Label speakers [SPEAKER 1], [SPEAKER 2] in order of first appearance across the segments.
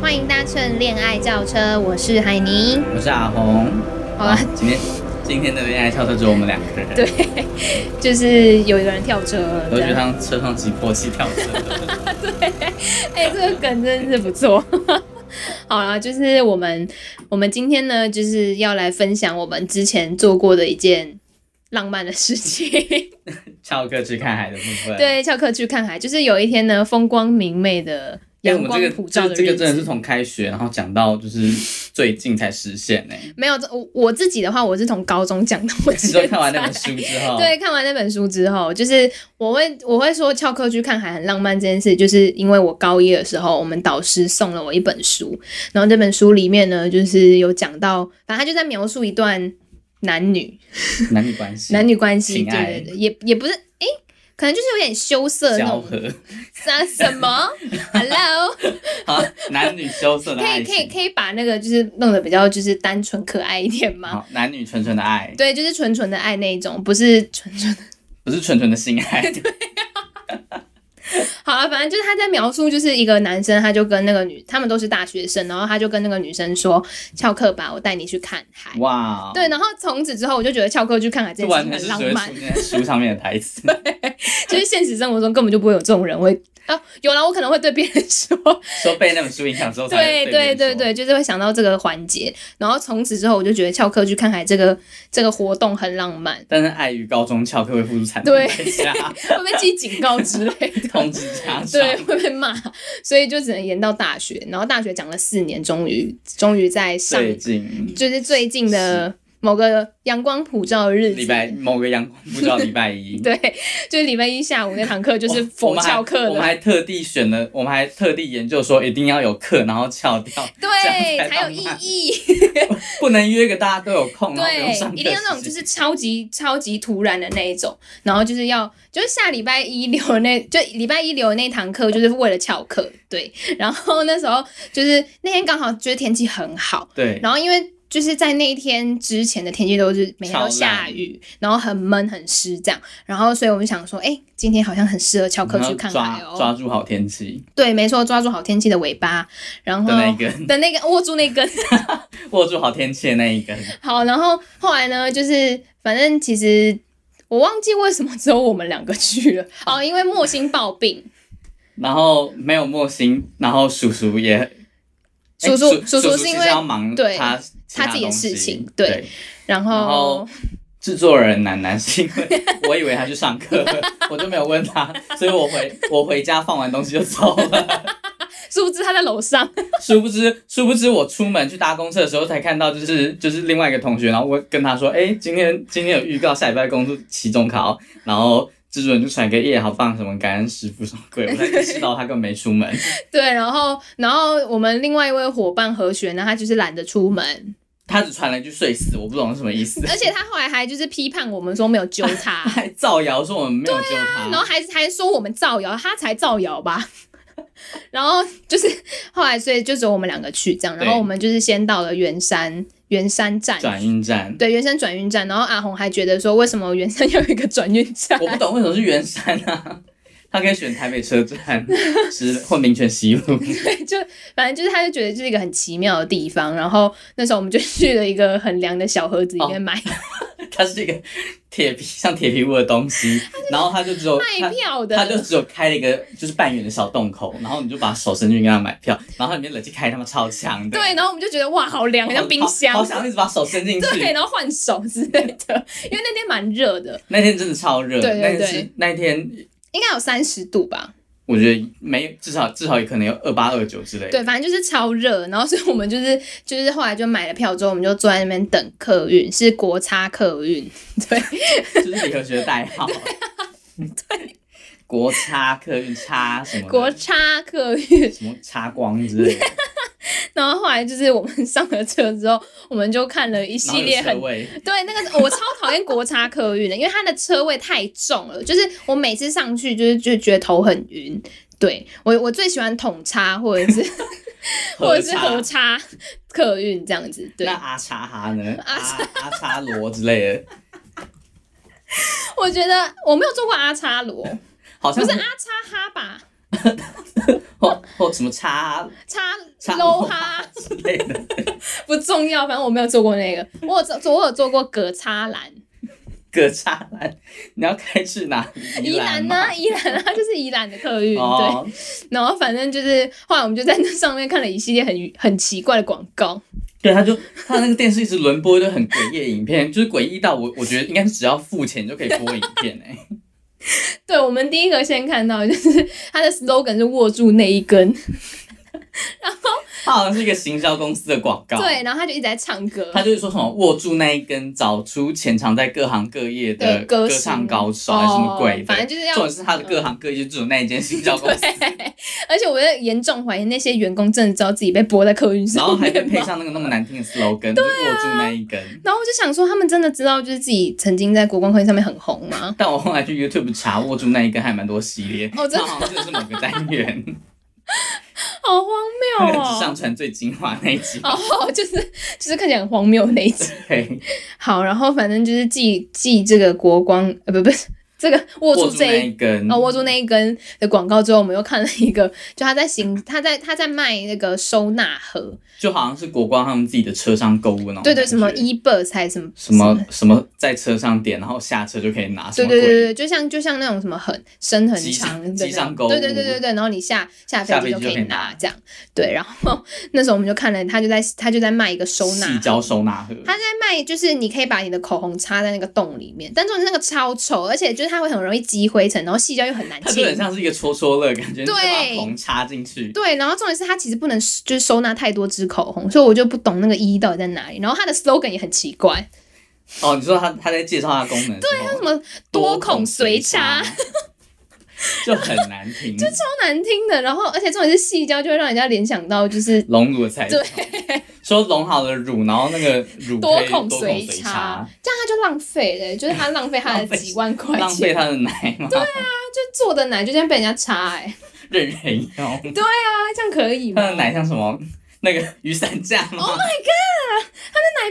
[SPEAKER 1] 欢迎搭乘恋爱轿车，我是海宁。
[SPEAKER 2] 我是阿红。
[SPEAKER 1] 好啊，
[SPEAKER 2] 今天今天的恋爱跳车只有我们两个人。
[SPEAKER 1] 对，就是有一个人跳车了。
[SPEAKER 2] 我
[SPEAKER 1] 这
[SPEAKER 2] 觉得
[SPEAKER 1] 样
[SPEAKER 2] 他们车上挤破气跳车。
[SPEAKER 1] 哎、这个梗真是不错。 好啦，就是我们我们今天呢，就是要来分享我们之前做过的一件浪漫的事情。
[SPEAKER 2] 翘课去看海的部分。哎，
[SPEAKER 1] 对，翘课去看海，就是有一天呢，风光明媚的阳
[SPEAKER 2] 哎我们
[SPEAKER 1] 光
[SPEAKER 2] 这
[SPEAKER 1] 普
[SPEAKER 2] 个
[SPEAKER 1] 照
[SPEAKER 2] 这
[SPEAKER 1] 的
[SPEAKER 2] 个
[SPEAKER 1] 日子。
[SPEAKER 2] 这个真的是从开学，然后讲到就是最近才实现呢。
[SPEAKER 1] 没有，这我我自己的话，我是从高中讲到我
[SPEAKER 2] 你
[SPEAKER 1] 现
[SPEAKER 2] 说
[SPEAKER 1] 在。
[SPEAKER 2] 看完那本书之后，
[SPEAKER 1] 对，看完那本书之后，就是我会我会说翘课去看海很浪漫这件事，就是因为我高一的时候，我们导师送了我一本书，然后这本书里面呢，就是有讲到，反正他就在描述一段男女
[SPEAKER 2] 男女关系、
[SPEAKER 1] 男女关系，
[SPEAKER 2] 情爱
[SPEAKER 1] 对对对，也也不是，诶，可能就是有点羞涩那
[SPEAKER 2] 交
[SPEAKER 1] 种，
[SPEAKER 2] 合，
[SPEAKER 1] 啥什 么？Hello，
[SPEAKER 2] 好，男女羞涩的
[SPEAKER 1] 可
[SPEAKER 2] 爱
[SPEAKER 1] 以可以
[SPEAKER 2] 情，
[SPEAKER 1] 可以把那个就是弄得比较就是单纯可爱一点吗？
[SPEAKER 2] 好，男女纯纯的爱，
[SPEAKER 1] 对，就是纯纯的爱那一种，不是纯纯的。
[SPEAKER 2] 不是纯纯的性 爱。
[SPEAKER 1] 好了，反正就是他在描述，就是一个男生，他就跟那个女，他们都是大学生，然后他就跟那个女生说：“翘课吧，我带你去看海。
[SPEAKER 2] 哇，”
[SPEAKER 1] 对，，然后从此之后，我就觉得翘课去看海这
[SPEAKER 2] 这
[SPEAKER 1] 件
[SPEAKER 2] 完
[SPEAKER 1] 事
[SPEAKER 2] 全
[SPEAKER 1] 很
[SPEAKER 2] 是
[SPEAKER 1] 浪
[SPEAKER 2] 只会
[SPEAKER 1] 漫
[SPEAKER 2] 出。现在书上面的台词。
[SPEAKER 1] 就是现实生活中根本就不会有这种人 会啊，有了我可能会对别人说，
[SPEAKER 2] 说被那本书影响之后 才
[SPEAKER 1] 对
[SPEAKER 2] 会
[SPEAKER 1] 对
[SPEAKER 2] 对别
[SPEAKER 1] 对
[SPEAKER 2] 人说
[SPEAKER 1] 对，就是会想到这个环节。然后从此之后，我就觉得翘课去看海这个这个活动很浪漫，
[SPEAKER 2] 但是碍于高中翘课会付出惨痛
[SPEAKER 1] 对
[SPEAKER 2] 代 价，
[SPEAKER 1] 会被记警告之类 的。
[SPEAKER 2] 通知家长
[SPEAKER 1] 对，，会被骂，所以就只能延到大学。然后大学讲了四年，终于终于在上，
[SPEAKER 2] 最近
[SPEAKER 1] 就是最近的某个阳光普照的日
[SPEAKER 2] 礼
[SPEAKER 1] 子。
[SPEAKER 2] 拜某个阳光不知道礼拜一。
[SPEAKER 1] 对，就是礼拜一下午那堂课就是
[SPEAKER 2] 我
[SPEAKER 1] 佛
[SPEAKER 2] 们还
[SPEAKER 1] 翘课
[SPEAKER 2] 我们
[SPEAKER 1] 的，
[SPEAKER 2] 还特地选了，我们还特地研究说一定要有课，然后翘掉， 这
[SPEAKER 1] 对，
[SPEAKER 2] 样才
[SPEAKER 1] 才有
[SPEAKER 2] 浪
[SPEAKER 1] 意
[SPEAKER 2] 漫
[SPEAKER 1] 义。
[SPEAKER 2] 不能约个大家都有空，然后不用上
[SPEAKER 1] 对，
[SPEAKER 2] 课
[SPEAKER 1] 一定要那种
[SPEAKER 2] 时
[SPEAKER 1] 就
[SPEAKER 2] 间
[SPEAKER 1] 是超级超级突然的那一种，然后就是要就是下礼拜一留的那就礼拜一留的那堂课，就是为了翘课。对，然后那时候就是那天刚好就是天气很好，
[SPEAKER 2] 对，
[SPEAKER 1] 然后因为就是在那一天之前的天气都是每天都下雨，然后很闷很湿这样，然后所以我们想说，哎、今天好像很适合翘课
[SPEAKER 2] 然后
[SPEAKER 1] 去看
[SPEAKER 2] 抓
[SPEAKER 1] 海
[SPEAKER 2] 嗯抓
[SPEAKER 1] 哦。
[SPEAKER 2] 住好天气
[SPEAKER 1] 对，没错，抓住好天气的尾巴，然后
[SPEAKER 2] 的那一根，
[SPEAKER 1] 的那个握住那根。
[SPEAKER 2] 握住好天气的那一根，
[SPEAKER 1] 好，然后后来呢，就是反正其实。我忘记为什么只有我们两个去了哦，因为莫欣抱病，
[SPEAKER 2] 然后没有莫心，然后叔叔也，哎
[SPEAKER 1] 叔叔叔
[SPEAKER 2] 叔
[SPEAKER 1] 叔是
[SPEAKER 2] 其
[SPEAKER 1] 因
[SPEAKER 2] 实
[SPEAKER 1] 为
[SPEAKER 2] 要忙
[SPEAKER 1] 对
[SPEAKER 2] 他
[SPEAKER 1] 他自己的
[SPEAKER 2] 其东
[SPEAKER 1] 事
[SPEAKER 2] 西
[SPEAKER 1] 情对
[SPEAKER 2] 对。
[SPEAKER 1] 然
[SPEAKER 2] 然
[SPEAKER 1] 后
[SPEAKER 2] 后制作人楠楠是因为 我以为他去上课， 我就没有问他，所以我回我回家放完东西就走了。
[SPEAKER 1] 殊不知他在楼上，
[SPEAKER 2] 殊不知殊不知我出门去搭公车的时候才看到，就是就是另外一个同学，然后我跟他说，哎、今天今天有预告下礼拜公司期中考，然后。制作人就传给叶好棒什么感恩师傅什么鬼，我才意识到他根本没出门。
[SPEAKER 1] 对，然后然后我们另外一位伙伴何璇呢，他就是懒得出门，
[SPEAKER 2] 他只传了一句“睡死”，我不懂是什么意思，
[SPEAKER 1] 而且他后来还就是批判我们说没有揪 他，
[SPEAKER 2] 还造谣说我们没有救他。
[SPEAKER 1] 啊然后还还说我们造谣，他才造谣吧。 然后就是后来，所以就只有我们两个去这样，然后
[SPEAKER 2] 对
[SPEAKER 1] 我们就是先到了圆山圆山站，
[SPEAKER 2] 转运站，
[SPEAKER 1] 对圆山转运站，然后阿红还觉得说为什么圆山要 有一个转运站？
[SPEAKER 2] 我不懂为什么是圆山啊，他可以选台北车站，是或民权西路。
[SPEAKER 1] 就反正就是他就觉得这是一个很奇妙的地方。然后那时候我们就去了一个很凉的小盒子里面
[SPEAKER 2] 哦
[SPEAKER 1] 买、
[SPEAKER 2] 它是一个铁皮像铁皮屋的东西，然后他就只有
[SPEAKER 1] 卖
[SPEAKER 2] 他
[SPEAKER 1] 票的，
[SPEAKER 2] 他就只有开了一个就是半圆的小洞口，然后你就把手伸进去跟他买票，然后它里面冷气开他妈超强的，
[SPEAKER 1] 对，然后我们就觉得哇，好凉，
[SPEAKER 2] 好，
[SPEAKER 1] 像冰箱，
[SPEAKER 2] 好好想一直把手伸进
[SPEAKER 1] 对，
[SPEAKER 2] 去。
[SPEAKER 1] 然后换手之类的，因为那天蛮热的，
[SPEAKER 2] 那天真的超热，
[SPEAKER 1] 对对
[SPEAKER 2] 那天
[SPEAKER 1] 对
[SPEAKER 2] 是那天
[SPEAKER 1] 应该有三十度吧？
[SPEAKER 2] 我觉得没有至少至少也可能有二八二九之类的。
[SPEAKER 1] 对，反正就是超热。然后所以我们就是就是后来就买了票之后，我们就坐在那边等客运，是国差客运。对
[SPEAKER 2] 就是理科学的代号。对， 国差客运差什么的
[SPEAKER 1] 国差客运。
[SPEAKER 2] 什么差光之类的，
[SPEAKER 1] 然后后来就是我们上了车之后，我们就看了一
[SPEAKER 2] 然后
[SPEAKER 1] 系
[SPEAKER 2] 有
[SPEAKER 1] 列
[SPEAKER 2] 车
[SPEAKER 1] 很
[SPEAKER 2] 位，
[SPEAKER 1] 对，那个我超讨厌国差客运的，因为它的车位太重了，就是我每次上去就是就觉得头很晕。对我我最喜欢统差或者是 或者是
[SPEAKER 2] 合
[SPEAKER 1] 合差客运这样子。对
[SPEAKER 2] 那，阿叉哈呢？阿阿叉罗之类的，
[SPEAKER 1] 我觉得我没有坐过阿叉罗，
[SPEAKER 2] 好像
[SPEAKER 1] 啊不是阿叉哈吧？
[SPEAKER 2] 或或什么叉
[SPEAKER 1] 叉
[SPEAKER 2] 叉
[SPEAKER 1] 搂哈
[SPEAKER 2] 之类的，
[SPEAKER 1] 不重要，反正我没有做过那个，我有做我有做过葛叉兰，
[SPEAKER 2] 葛叉兰，你要开去哪？
[SPEAKER 1] 宜兰
[SPEAKER 2] 兰
[SPEAKER 1] 呢、
[SPEAKER 2] 吗？
[SPEAKER 1] 宜兰啊， 就是宜兰的客运，对。
[SPEAKER 2] 哦，
[SPEAKER 1] 然后反正就是后来我们就在那上面看了一系列很很奇怪的广告，
[SPEAKER 2] 对，他就他那个电视一直轮播一堆很诡异的影片，就是诡异到我我觉得应该是只要付钱就可以播影片哎、
[SPEAKER 1] 对我们第一个先看到就是它的 slogan 是握住那一根，
[SPEAKER 2] 他好像是一个行销公司的广告。。
[SPEAKER 1] 对，然后他就一直在唱歌，
[SPEAKER 2] 哦他就是说什么握住那一根，找出潜藏在各行各业的
[SPEAKER 1] 对歌
[SPEAKER 2] 歌
[SPEAKER 1] 星
[SPEAKER 2] 唱高手还是什么鬼的，
[SPEAKER 1] 哦反正就是要
[SPEAKER 2] 重点是他的各行各业就只有那一间行销公司，
[SPEAKER 1] 对， 而且我在严重怀疑那些员工真的知道自己被驳在客运
[SPEAKER 2] 然后
[SPEAKER 1] 上
[SPEAKER 2] 还
[SPEAKER 1] 面
[SPEAKER 2] 被配
[SPEAKER 1] 吗？
[SPEAKER 2] 上那个那么难听的 slogan，、就握住那一根。
[SPEAKER 1] 然后我就想说，他们真的知道就是自己曾经在国光客运上面很红吗？
[SPEAKER 2] 但我后来去 YouTube 查握住那一根还蛮多系列，
[SPEAKER 1] 哦真的
[SPEAKER 2] 它好像真的是某个单元，
[SPEAKER 1] 好
[SPEAKER 2] 那
[SPEAKER 1] 荒
[SPEAKER 2] 个
[SPEAKER 1] 谬
[SPEAKER 2] 只
[SPEAKER 1] 哦！
[SPEAKER 2] 上传最精华那一集。
[SPEAKER 1] 哦，就是就是看起来很荒谬的那一集。
[SPEAKER 2] 对，
[SPEAKER 1] 好，然后反正就是记记这个国光，呃，不不是这个握
[SPEAKER 2] 握
[SPEAKER 1] 住
[SPEAKER 2] 住
[SPEAKER 1] 这一
[SPEAKER 2] 那一根，
[SPEAKER 1] 然后握住那一根的广告之后，我们又看了一个，就他在行，他在他在卖那个收纳盒，
[SPEAKER 2] 就好像是国光他们自己的车上购物那种感觉。
[SPEAKER 1] 对对，什么 eBirds 哦还是什么
[SPEAKER 2] 什么什么在车上点，然后下车就可以拿。什
[SPEAKER 1] 对
[SPEAKER 2] 么
[SPEAKER 1] 对对
[SPEAKER 2] 鬼
[SPEAKER 1] 对，就像就像那种什么很深很
[SPEAKER 2] 机
[SPEAKER 1] 长
[SPEAKER 2] 上
[SPEAKER 1] 的那
[SPEAKER 2] 机上
[SPEAKER 1] 种
[SPEAKER 2] 购
[SPEAKER 1] 对对
[SPEAKER 2] 物
[SPEAKER 1] 对对对，然后你下下
[SPEAKER 2] 下
[SPEAKER 1] 飞机
[SPEAKER 2] 飞
[SPEAKER 1] 就
[SPEAKER 2] 机
[SPEAKER 1] 可
[SPEAKER 2] 就
[SPEAKER 1] 以
[SPEAKER 2] 可以
[SPEAKER 1] 拿
[SPEAKER 2] 拿
[SPEAKER 1] 这样，对，然后 那时候我们就看了，他就在他就在卖一个收纳
[SPEAKER 2] 细
[SPEAKER 1] 盒，
[SPEAKER 2] 胶收纳盒，
[SPEAKER 1] 他在卖就是你可以把你的口红插在那个洞里面，但重点是那个超丑，而且就是它会很容易积灰尘，然后细胶又很难
[SPEAKER 2] 它就
[SPEAKER 1] 清
[SPEAKER 2] 很像是一个戳戳乐，感觉你就把
[SPEAKER 1] 对
[SPEAKER 2] 铜插进去。
[SPEAKER 1] 对，然后重点是它其实不能就是收纳太多支口红，所以我就不懂那个意义到底在哪里。然后它的 slogan 也很奇怪，
[SPEAKER 2] 哦，你说他他在介绍它的功能的时候，对，
[SPEAKER 1] 什么多孔随插，，
[SPEAKER 2] 就很难 听，
[SPEAKER 1] 超难听的。然后而且重点是细胶，就会让人家联想到就是
[SPEAKER 2] 隆乳的彩妆，说隆好了乳，然后那个乳
[SPEAKER 1] 多
[SPEAKER 2] 可以
[SPEAKER 1] 孔
[SPEAKER 2] 多
[SPEAKER 1] 随
[SPEAKER 2] 插
[SPEAKER 1] 插，，这样他就浪费了、就是他浪费他
[SPEAKER 2] 浪
[SPEAKER 1] 的
[SPEAKER 2] 费
[SPEAKER 1] 几万块
[SPEAKER 2] 浪费
[SPEAKER 1] 钱，
[SPEAKER 2] 他的奶嘛，
[SPEAKER 1] 啊就做的奶就这样被人家插、哎，
[SPEAKER 2] 任人用，
[SPEAKER 1] 啊，这样可以吗？
[SPEAKER 2] 他的奶像什么？那个雨伞架吗？
[SPEAKER 1] Oh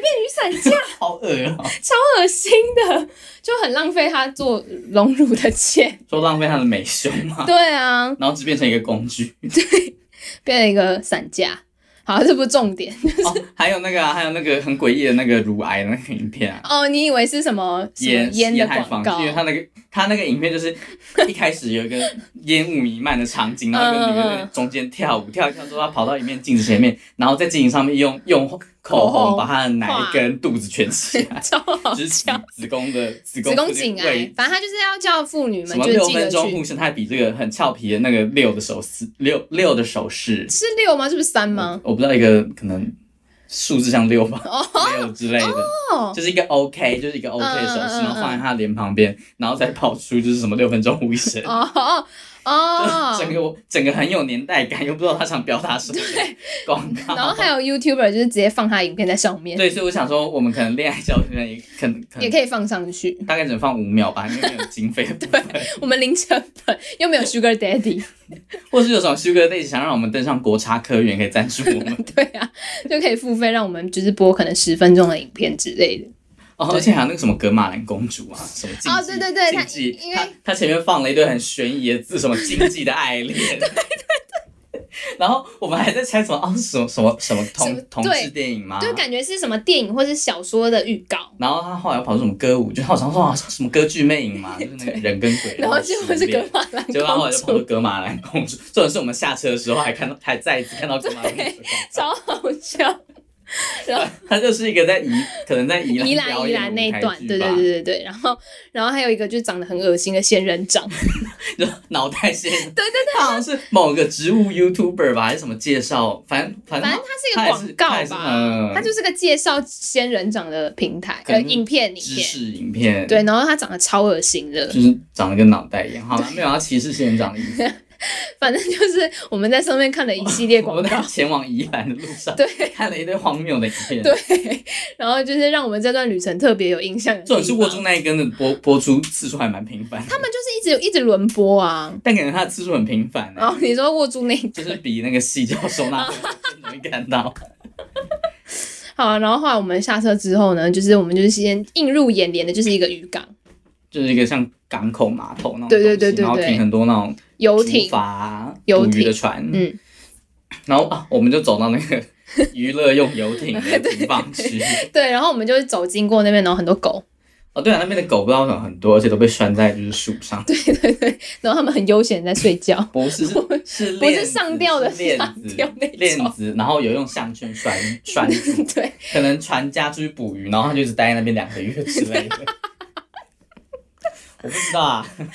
[SPEAKER 1] 变雨伞架，
[SPEAKER 2] 好恶哦、
[SPEAKER 1] 超恶心的，就很浪费他做隆乳的 钱。
[SPEAKER 2] 说浪费他的美胸嘛，
[SPEAKER 1] 对啊，
[SPEAKER 2] 然后只变成一个工 具。
[SPEAKER 1] 变了一个伞架。好，这不是重点。
[SPEAKER 2] 哦，还有那个、啊，还有那个很诡异的那个乳癌的那个影片啊，
[SPEAKER 1] 哦，你以为是什么什么
[SPEAKER 2] 烟
[SPEAKER 1] 烟的
[SPEAKER 2] 烟害
[SPEAKER 1] 广
[SPEAKER 2] 防
[SPEAKER 1] 告
[SPEAKER 2] 治，因？为他那个他那个影片就是 一开始有一个烟雾弥漫的场景，然后
[SPEAKER 1] 嗯
[SPEAKER 2] 一个女的在中间跳舞，跳一跳之后，她跑到一面镜子前面，然后在镜子上面用用口红把她的奶跟肚子圈起 来，
[SPEAKER 1] 超 好
[SPEAKER 2] 就是子
[SPEAKER 1] 笑，
[SPEAKER 2] 子宫的子宫
[SPEAKER 1] 子宫
[SPEAKER 2] 附近
[SPEAKER 1] 颈癌
[SPEAKER 2] 位。，
[SPEAKER 1] 啊反正他就是要叫妇女
[SPEAKER 2] 什
[SPEAKER 1] 哎们
[SPEAKER 2] 么
[SPEAKER 1] 就是
[SPEAKER 2] 六
[SPEAKER 1] 记得
[SPEAKER 2] 分钟
[SPEAKER 1] 去，
[SPEAKER 2] 护士，她还比这个很俏皮的那个六的手势，六六的手势
[SPEAKER 1] 是六吗？是不是三吗？
[SPEAKER 2] 我不知道一个可能数字像六吧， 六之类的，
[SPEAKER 1] 哦，
[SPEAKER 2] 就是一个 OK，就是一个 OK 的手势，
[SPEAKER 1] 嗯嗯嗯
[SPEAKER 2] 然后放在他脸旁边，然后再跑出就是什么六分钟呼一声。
[SPEAKER 1] 哦哦
[SPEAKER 2] 嗯 就是整，个我整个很有年代感，又不知道他想表达什么广告。
[SPEAKER 1] 然后还有 YouTuber 就是直接放他影片在上面，
[SPEAKER 2] 对，所以我想说，我们可能恋爱教学也可能可
[SPEAKER 1] 也
[SPEAKER 2] 能
[SPEAKER 1] 可以放上去。
[SPEAKER 2] 大概只能放五秒吧，因为没有经费的部分，
[SPEAKER 1] 我们零成本又 没有 Sugar Daddy，
[SPEAKER 2] 或是有什么 Sugar Day 想让我们登上国差科员，可以赞助我们。
[SPEAKER 1] 对啊，就可以付费让我们就是播可能十分钟的影片之类的。
[SPEAKER 2] 哦，而且还有那个什么格马兰公主啊，什么禁忌，
[SPEAKER 1] 哦对对对
[SPEAKER 2] 禁忌
[SPEAKER 1] 她，因为
[SPEAKER 2] 她她前面放了一堆很悬疑的字，什么禁忌的爱 恋，对对对。然后我们还在猜什么哦，什么什么什么
[SPEAKER 1] 什么
[SPEAKER 2] 同同
[SPEAKER 1] 对
[SPEAKER 2] 志电影吗？
[SPEAKER 1] 就感觉是什么电影或是小说的预告，
[SPEAKER 2] 然后他后来又跑出什么歌舞，就好像说好像什么歌剧魅 影嘛，就是那个人跟鬼，
[SPEAKER 1] 然后结果是格
[SPEAKER 2] 格，
[SPEAKER 1] 马兰
[SPEAKER 2] 结果他后
[SPEAKER 1] 公
[SPEAKER 2] 来就跑出
[SPEAKER 1] 主，
[SPEAKER 2] 格马兰公主。重点是我们下车的时候还看到，还再一次看到格马兰公主的广告。
[SPEAKER 1] 超好笑。
[SPEAKER 2] 他就是一个在宜，可能在宜
[SPEAKER 1] 宜兰
[SPEAKER 2] 兰表
[SPEAKER 1] 宜
[SPEAKER 2] 演
[SPEAKER 1] 兰
[SPEAKER 2] 的
[SPEAKER 1] 那一
[SPEAKER 2] 舞台
[SPEAKER 1] 段，
[SPEAKER 2] 剧
[SPEAKER 1] 对对
[SPEAKER 2] 吧
[SPEAKER 1] 对，对对，然后然后还有一个就是长得很恶心的仙人 掌，
[SPEAKER 2] 就脑袋先，对
[SPEAKER 1] 对对，
[SPEAKER 2] 他好像是某个植物 YouTuber 吧，还是什么介绍，反正反正
[SPEAKER 1] 反正
[SPEAKER 2] 他
[SPEAKER 1] 它是一个
[SPEAKER 2] 它
[SPEAKER 1] 广
[SPEAKER 2] 也是
[SPEAKER 1] 告
[SPEAKER 2] 它也是
[SPEAKER 1] 吧
[SPEAKER 2] 嗯，
[SPEAKER 1] 它就是个介绍仙人掌的平台，
[SPEAKER 2] 可
[SPEAKER 1] 呃，
[SPEAKER 2] 能
[SPEAKER 1] 影片影
[SPEAKER 2] 知
[SPEAKER 1] 片，
[SPEAKER 2] 识影片，，
[SPEAKER 1] 对，然后它长得超恶心的，
[SPEAKER 2] 就是长得跟脑袋一样。好了，没有要歧视仙人掌的 意思。
[SPEAKER 1] 反正就是我们在上面看了一系列
[SPEAKER 2] 我
[SPEAKER 1] 广
[SPEAKER 2] 们在
[SPEAKER 1] 告，
[SPEAKER 2] 前往宜兰的路上，
[SPEAKER 1] 对，
[SPEAKER 2] 看了一堆荒谬的影片。
[SPEAKER 1] 对，然后就是让我们这段旅程特别有印象的
[SPEAKER 2] 这
[SPEAKER 1] 地
[SPEAKER 2] 种是握
[SPEAKER 1] 方
[SPEAKER 2] 住。那一根的播播出次数还蛮频繁的，
[SPEAKER 1] 他们就是一直一直轮播啊，
[SPEAKER 2] 但感觉它的次数很频繁、
[SPEAKER 1] 然
[SPEAKER 2] 欸，
[SPEAKER 1] 后你说握住那一
[SPEAKER 2] 就
[SPEAKER 1] 个
[SPEAKER 2] 是比那个细胶收纳
[SPEAKER 1] 哦
[SPEAKER 2] 盒更容易看到。
[SPEAKER 1] 啊好，然后后来我们下车之后呢，就是我们就是先映入眼帘的就是一个渔港，
[SPEAKER 2] 就是一个像港口码头那种东西，
[SPEAKER 1] 对对对对
[SPEAKER 2] 然后
[SPEAKER 1] 对
[SPEAKER 2] 停很多那种
[SPEAKER 1] 游
[SPEAKER 2] 竹
[SPEAKER 1] 艇
[SPEAKER 2] 筏，啊、
[SPEAKER 1] 游
[SPEAKER 2] 捕鱼
[SPEAKER 1] 艇
[SPEAKER 2] 的船，
[SPEAKER 1] 嗯，
[SPEAKER 2] 然后啊，我们就走到那 个娱乐用游艇的停放区。
[SPEAKER 1] 对，然后我们就走经过那边，然后很多狗，
[SPEAKER 2] 哦，对啊，那边的狗不知道为什么很多，而且都被拴在就是树上。，
[SPEAKER 1] 对对对，然后他们很悠闲地在睡觉
[SPEAKER 2] 不是是是
[SPEAKER 1] 不是
[SPEAKER 2] 链子
[SPEAKER 1] 上吊的
[SPEAKER 2] 是链
[SPEAKER 1] 上
[SPEAKER 2] 子
[SPEAKER 1] 吊那种
[SPEAKER 2] 链子，然后有用项圈拴拴住，
[SPEAKER 1] 对，
[SPEAKER 2] 可能船家出去捕鱼，然后他就一直待在那边两个月之 类的。我不知道啊，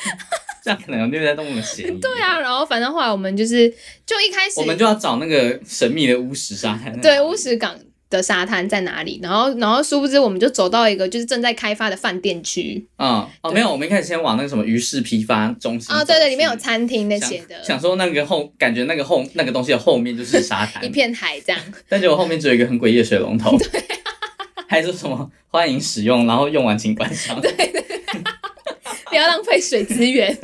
[SPEAKER 2] 这样可能有虐待动物的嫌疑。
[SPEAKER 1] 对啊，然后反正后来我们就是，就一开始
[SPEAKER 2] 嗯我们就要找那个神秘的巫师沙滩。
[SPEAKER 1] 对乌石港的沙滩在哪里，然后然后殊不知我们就走到一个就是正在开发的饭店区
[SPEAKER 2] 嗯，哦，没有，我们一开始先往那个什么鱼市批发中心
[SPEAKER 1] 啊、
[SPEAKER 2] 走
[SPEAKER 1] 对对，
[SPEAKER 2] 去
[SPEAKER 1] 里面有餐厅那
[SPEAKER 2] 想
[SPEAKER 1] 些的，
[SPEAKER 2] 想说那个后，感觉那个后那个东西的后面就是沙 滩
[SPEAKER 1] 一，片海这样，
[SPEAKER 2] 但结果后面只有一个很诡异的水龙头， 还说什么欢迎使用，然后用完请关上。
[SPEAKER 1] 不要浪费水资 源。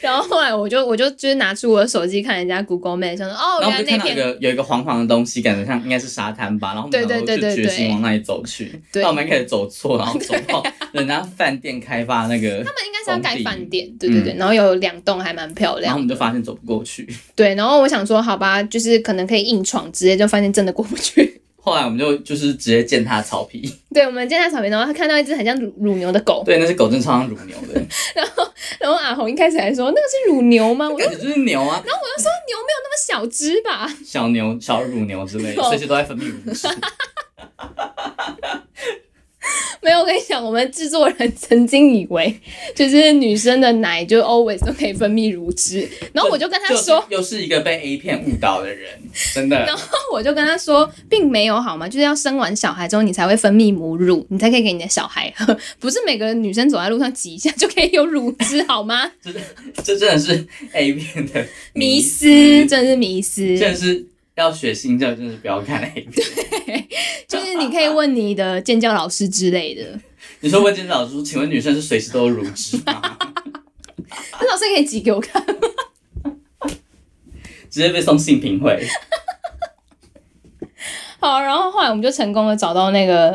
[SPEAKER 1] 然后后来我就我就就是拿出我的手机看人家 Google Map，想说哦，原
[SPEAKER 2] 然后
[SPEAKER 1] 来
[SPEAKER 2] 我们就看
[SPEAKER 1] 那
[SPEAKER 2] 到有一
[SPEAKER 1] 片
[SPEAKER 2] 个有一个黄黄的东西，感觉像应该是沙滩吧，然后我
[SPEAKER 1] 对
[SPEAKER 2] 们
[SPEAKER 1] 对
[SPEAKER 2] 然后就
[SPEAKER 1] 对对
[SPEAKER 2] 决心
[SPEAKER 1] 对
[SPEAKER 2] 往那里走去。
[SPEAKER 1] 对
[SPEAKER 2] 但我们开始走错，然后走到人家饭店开发 那个，
[SPEAKER 1] 他们应该是要盖饭店，对
[SPEAKER 2] 地
[SPEAKER 1] 对对，然后有两栋还蛮漂
[SPEAKER 2] 嗯然后我
[SPEAKER 1] 亮。
[SPEAKER 2] 们就发现走不过去。
[SPEAKER 1] 对，然后我想说好吧，就是可能可以硬闯之类，就发现真的过不去。
[SPEAKER 2] 后来我们就就是直接践踏草皮，
[SPEAKER 1] 对，我们今天在草坪，然后他看到一只很像乳乳牛的狗，
[SPEAKER 2] 对，那是狗真的超像乳牛 的，
[SPEAKER 1] 然后阿红一开始还说那个是乳牛吗？我说
[SPEAKER 2] 感觉就是牛啊，
[SPEAKER 1] 牛没有那么小只吧？
[SPEAKER 2] 小牛、小乳牛之类的，
[SPEAKER 1] 哦
[SPEAKER 2] 随时都在分泌乳汁。
[SPEAKER 1] 没有，我跟你讲，我们制作人曾经以为就是女生的奶就 always 都可以分泌乳汁，然后我就跟他说，
[SPEAKER 2] 是又是一个被 A 片误导的人，真的
[SPEAKER 1] 然。后我就跟他说，并没有好吗？就是要生完小孩之后你才会分泌母乳，你才可以给你的小孩 喝，不是每个女生走在路上挤一下就可以有乳汁好吗？
[SPEAKER 2] 这这真的是 A 片的
[SPEAKER 1] 迷
[SPEAKER 2] 思，
[SPEAKER 1] 思，嗯真的是迷思，
[SPEAKER 2] 真的是要学新教，真的是不要看 A 片。
[SPEAKER 1] 就是你可以问你的建教老师之类的，
[SPEAKER 2] 你说问金老师，请问女生是随时都有乳汁吗？
[SPEAKER 1] 那老师可以挤给我看。
[SPEAKER 2] 直接被送性评会。
[SPEAKER 1] 好，然后后来我们就成功的找到那个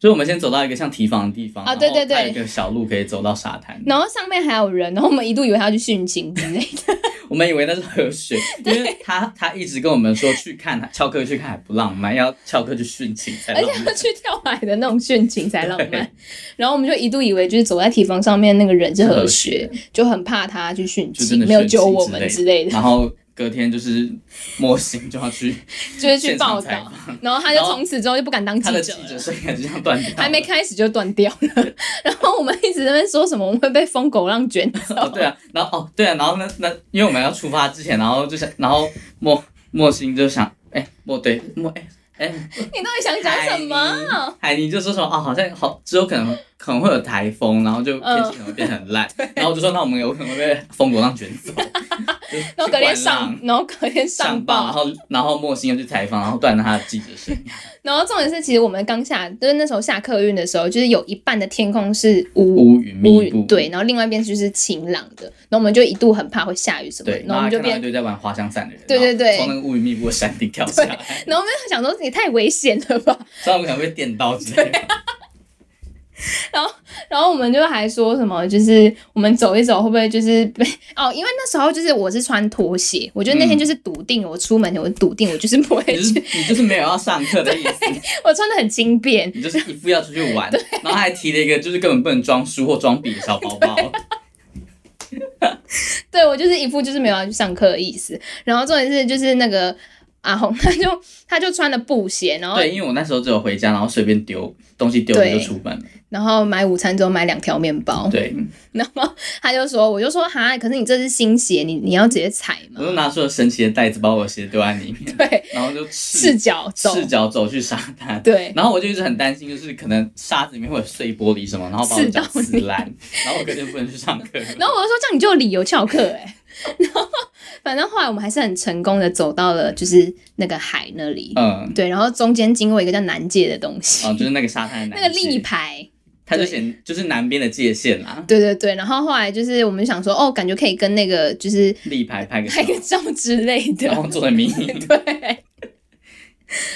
[SPEAKER 2] 所以我们先走到一个像提防的地方
[SPEAKER 1] 啊对对对
[SPEAKER 2] 然后它有一个小路可以走到沙滩。
[SPEAKER 1] 然后上面还有人，然后我们一度以为他要去殉情之类的。
[SPEAKER 2] 我们以为那是河水，因为他他一直跟我们说去看翘课去看海不浪漫，要翘课去殉情才
[SPEAKER 1] 而
[SPEAKER 2] 浪
[SPEAKER 1] 且
[SPEAKER 2] 漫
[SPEAKER 1] 要。去跳海的那种殉情才浪漫。然后我们就一度以为就是走在堤防上面那个人是何学，就很怕他去殉
[SPEAKER 2] 就真
[SPEAKER 1] 情，
[SPEAKER 2] 的
[SPEAKER 1] 没有
[SPEAKER 2] 殉
[SPEAKER 1] 救
[SPEAKER 2] 情
[SPEAKER 1] 我
[SPEAKER 2] 之
[SPEAKER 1] 们
[SPEAKER 2] 类
[SPEAKER 1] 之类的，
[SPEAKER 2] 然后隔天就是 模型就要去，
[SPEAKER 1] 就是去
[SPEAKER 2] 现场
[SPEAKER 1] 报
[SPEAKER 2] 采
[SPEAKER 1] 道。然后他就
[SPEAKER 2] 然后
[SPEAKER 1] 从此之后就不敢当记
[SPEAKER 2] 他的
[SPEAKER 1] 者
[SPEAKER 2] 记
[SPEAKER 1] 了。
[SPEAKER 2] 者生涯就像断掉了。
[SPEAKER 1] 还没开始就断掉了，然后我们一直在那边说什么我们会被疯狗浪卷
[SPEAKER 2] 哦，
[SPEAKER 1] 走，
[SPEAKER 2] 对啊，然后哦，对啊，然后那那因为我们要出发之前，然后就想，然后莫莫欣就想，哎、莫对莫哎哎，
[SPEAKER 1] 你到底想讲什 么？
[SPEAKER 2] 海尼就说什么哦，好像好之后可能可能会有台风，然后
[SPEAKER 1] 嗯
[SPEAKER 2] 就天气可能会变得很烂， 然后我就说那我们有可能会被风狗浪卷走，就
[SPEAKER 1] 然后隔天
[SPEAKER 2] 去
[SPEAKER 1] 上
[SPEAKER 2] 灌，
[SPEAKER 1] 然后隔天
[SPEAKER 2] 浪上
[SPEAKER 1] 上
[SPEAKER 2] 报，然
[SPEAKER 1] 报，
[SPEAKER 2] 后然后莫欣又去采访，然后断了他的记者生涯。
[SPEAKER 1] 然后重点是，其实我们刚下，就是那时候下客运的时候，就是有一半的天空是乌
[SPEAKER 2] 乌云密布，
[SPEAKER 1] 对，然后另外一边就是晴朗的，然后我们就一度很怕会下雨什么的
[SPEAKER 2] 对，，
[SPEAKER 1] 然后我们
[SPEAKER 2] 还
[SPEAKER 1] 就
[SPEAKER 2] 看到一
[SPEAKER 1] 变，
[SPEAKER 2] 堆在玩滑翔伞的人，
[SPEAKER 1] 对对对
[SPEAKER 2] 然后从那个乌云密布的山顶跳下来，
[SPEAKER 1] 然后我们就想说也太危险了吧，
[SPEAKER 2] 所以我们可能会电到之类的。
[SPEAKER 1] 然后我们就还说什么，就是我们走一走会不会就是被哦，因为那时候就是我是穿拖鞋，我觉得那天就是笃定，我出门我笃定我就是不会
[SPEAKER 2] 嗯你就是
[SPEAKER 1] 去，
[SPEAKER 2] 你就是没有要上课的意思，
[SPEAKER 1] 我穿的很轻便，
[SPEAKER 2] 你就是一副要出去玩，然后还提了一个就是根本不能装书或装笔的小包包，
[SPEAKER 1] 对我就是一副就是没有要去上课的意思，然后重点是就是那个。阿红， 他就他就穿了布鞋，然后
[SPEAKER 2] 对，因为我那时候只有回家，然后随便丢东西丢了就出门了，
[SPEAKER 1] 然后买午餐之后买两条面包，
[SPEAKER 2] 对，
[SPEAKER 1] 然后他就说，我就说哈，可是你这是新鞋，你你要直接踩
[SPEAKER 2] 我
[SPEAKER 1] 嘛，
[SPEAKER 2] 就拿出了神奇的袋子，把我的鞋丢在里面，
[SPEAKER 1] 对，
[SPEAKER 2] 然后就赤
[SPEAKER 1] 赤脚走，
[SPEAKER 2] 赤脚走去沙滩。
[SPEAKER 1] 对，
[SPEAKER 2] 然后我就一直很担心，就是可能沙子里面会有碎玻璃什么，然后把我的脚
[SPEAKER 1] 刺到你
[SPEAKER 2] 撕烂， 然后我肯定不能去上课。
[SPEAKER 1] 然后我就说这样你就有理由翘课哎、 然后反正后来我们还是很成功的走到了就是那个海那里，
[SPEAKER 2] 嗯，
[SPEAKER 1] 对，然后中间经过一个叫南界的东西，
[SPEAKER 2] 哦，就是那个沙滩的
[SPEAKER 1] 那个
[SPEAKER 2] 南界
[SPEAKER 1] 立，牌，
[SPEAKER 2] 它就
[SPEAKER 1] 对
[SPEAKER 2] 写就是南边的界限啊啦，
[SPEAKER 1] 对对对，然后后来就是我们想说哦，感觉可以跟那个就是
[SPEAKER 2] 立牌拍个照
[SPEAKER 1] 拍，个照之类
[SPEAKER 2] 然
[SPEAKER 1] 的，
[SPEAKER 2] 后做成迷你。
[SPEAKER 1] 对。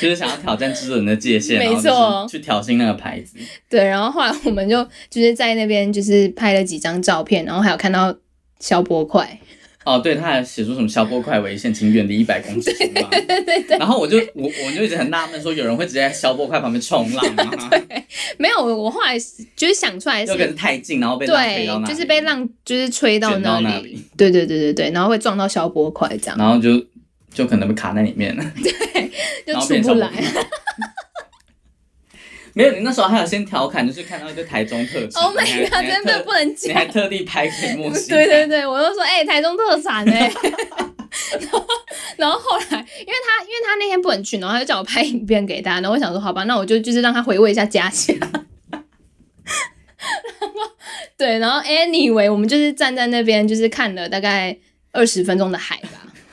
[SPEAKER 2] 就是想要挑战制作人的界限，
[SPEAKER 1] 没
[SPEAKER 2] 然后就是
[SPEAKER 1] 错
[SPEAKER 2] 去挑衅那个牌子。
[SPEAKER 1] 对，然后后来我们就就是在那边就是拍了几张照片，然后还有看到消波块，
[SPEAKER 2] 哦，对，他还写出什么消波快为限，请远离一百公尺是吗？
[SPEAKER 1] 对对对，
[SPEAKER 2] 然后我就我我就一直很纳闷，说有人会直接在消波块旁边冲浪 吗？
[SPEAKER 1] 没有，我后来就是想出来
[SPEAKER 2] 有可能
[SPEAKER 1] 是，
[SPEAKER 2] 太近，然后被浪飞
[SPEAKER 1] 对
[SPEAKER 2] 到，那里，
[SPEAKER 1] 就是被浪就是吹到
[SPEAKER 2] 卷到
[SPEAKER 1] 那
[SPEAKER 2] 那
[SPEAKER 1] 里，
[SPEAKER 2] 里
[SPEAKER 1] 对对对对对，然后会撞到消波块这样，
[SPEAKER 2] 然后就就可能被卡在里面了，
[SPEAKER 1] 就
[SPEAKER 2] 然后
[SPEAKER 1] 出
[SPEAKER 2] 变
[SPEAKER 1] 不
[SPEAKER 2] 成
[SPEAKER 1] 来
[SPEAKER 2] 消。波块。没有，你那时候还有先调侃，就是看到一个台中特产
[SPEAKER 1] Oh
[SPEAKER 2] 你
[SPEAKER 1] my
[SPEAKER 2] 还
[SPEAKER 1] god，
[SPEAKER 2] 你还
[SPEAKER 1] 真的
[SPEAKER 2] 特
[SPEAKER 1] 不能
[SPEAKER 2] 你
[SPEAKER 1] 讲。
[SPEAKER 2] 还特地拍给莫西，
[SPEAKER 1] 对对，对，我就说哎、台中特产哎、 然后然后后来，因为他因为他那天不能去，然后他就叫我拍影片给他，然后我想说好吧，那我就就是让他回味一下家乡。 然后对，然后 anyway，我们就是站在那边，就是看了大概二十分钟的海吧，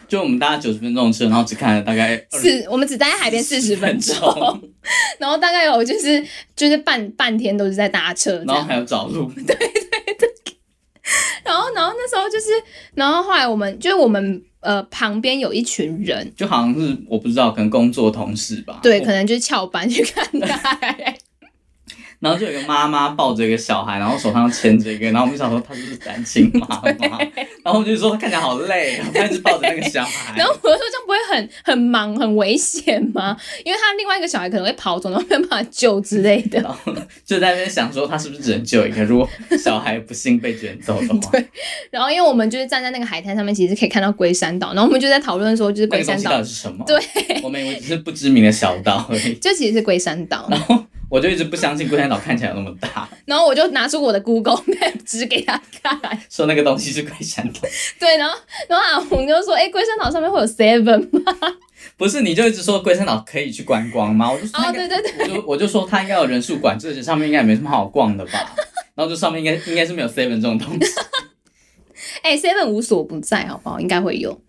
[SPEAKER 2] 就我们大概九十分钟的车，然后只看了大概20
[SPEAKER 1] 是我们只待在海边四十分钟，
[SPEAKER 2] 钟，
[SPEAKER 1] 然后大概有就是就是半半天都是在搭车，这
[SPEAKER 2] 然后
[SPEAKER 1] 样。
[SPEAKER 2] 还有找路，
[SPEAKER 1] 然后然后那时候就是，然后后来我们就是我们呃旁边有一群人，
[SPEAKER 2] 就好像是我不知道，可能工作同事吧，
[SPEAKER 1] 对，
[SPEAKER 2] 我
[SPEAKER 1] 可能就是翘班去看 他。
[SPEAKER 2] 然后就有个妈妈抱着一个小孩，然后手上牵着一个，然后我们就想说她是不是单亲妈 妈，然后我就说她看起来好累，然后她一直抱着那个小 孩，
[SPEAKER 1] 然后我就说这样不会很很忙很危险吗？因为他另外一个小孩可能会跑走，然后没有办法救之类 的。
[SPEAKER 2] 然后就在那边想说她是不是只能救一个，如果小孩不幸被卷走的 话，
[SPEAKER 1] 然后因为我们就是站在那个海滩上面，其实可以看到龟山岛，然后我们就在讨论说就是
[SPEAKER 2] 那
[SPEAKER 1] 龟
[SPEAKER 2] 个
[SPEAKER 1] 山
[SPEAKER 2] 东西到
[SPEAKER 1] 岛
[SPEAKER 2] 底，是什么？
[SPEAKER 1] 对，
[SPEAKER 2] 我们以为只是不知名的小岛而已，
[SPEAKER 1] 就其实是龟山岛。
[SPEAKER 2] 然后我就一直不相信龟山岛看起来有那么大，
[SPEAKER 1] 然后我就拿出我的 Google Map 指给他看，
[SPEAKER 2] 说那个东西是龟山岛，
[SPEAKER 1] 对，然后然后阿红就说：“哎、龟山岛上面会有 Seven 吗
[SPEAKER 2] 不是你就一直说龟山岛可以去观光吗？我就？”说
[SPEAKER 1] 哦，
[SPEAKER 2] 那个
[SPEAKER 1] 对对对，
[SPEAKER 2] 我就我就说它应该有人数管制，而且上面应该也没什么好逛的 吧。然后就上面应该应该是没有 seven 这种东西，
[SPEAKER 1] 哎、s e v e n 无所不在，好不好？应该会有。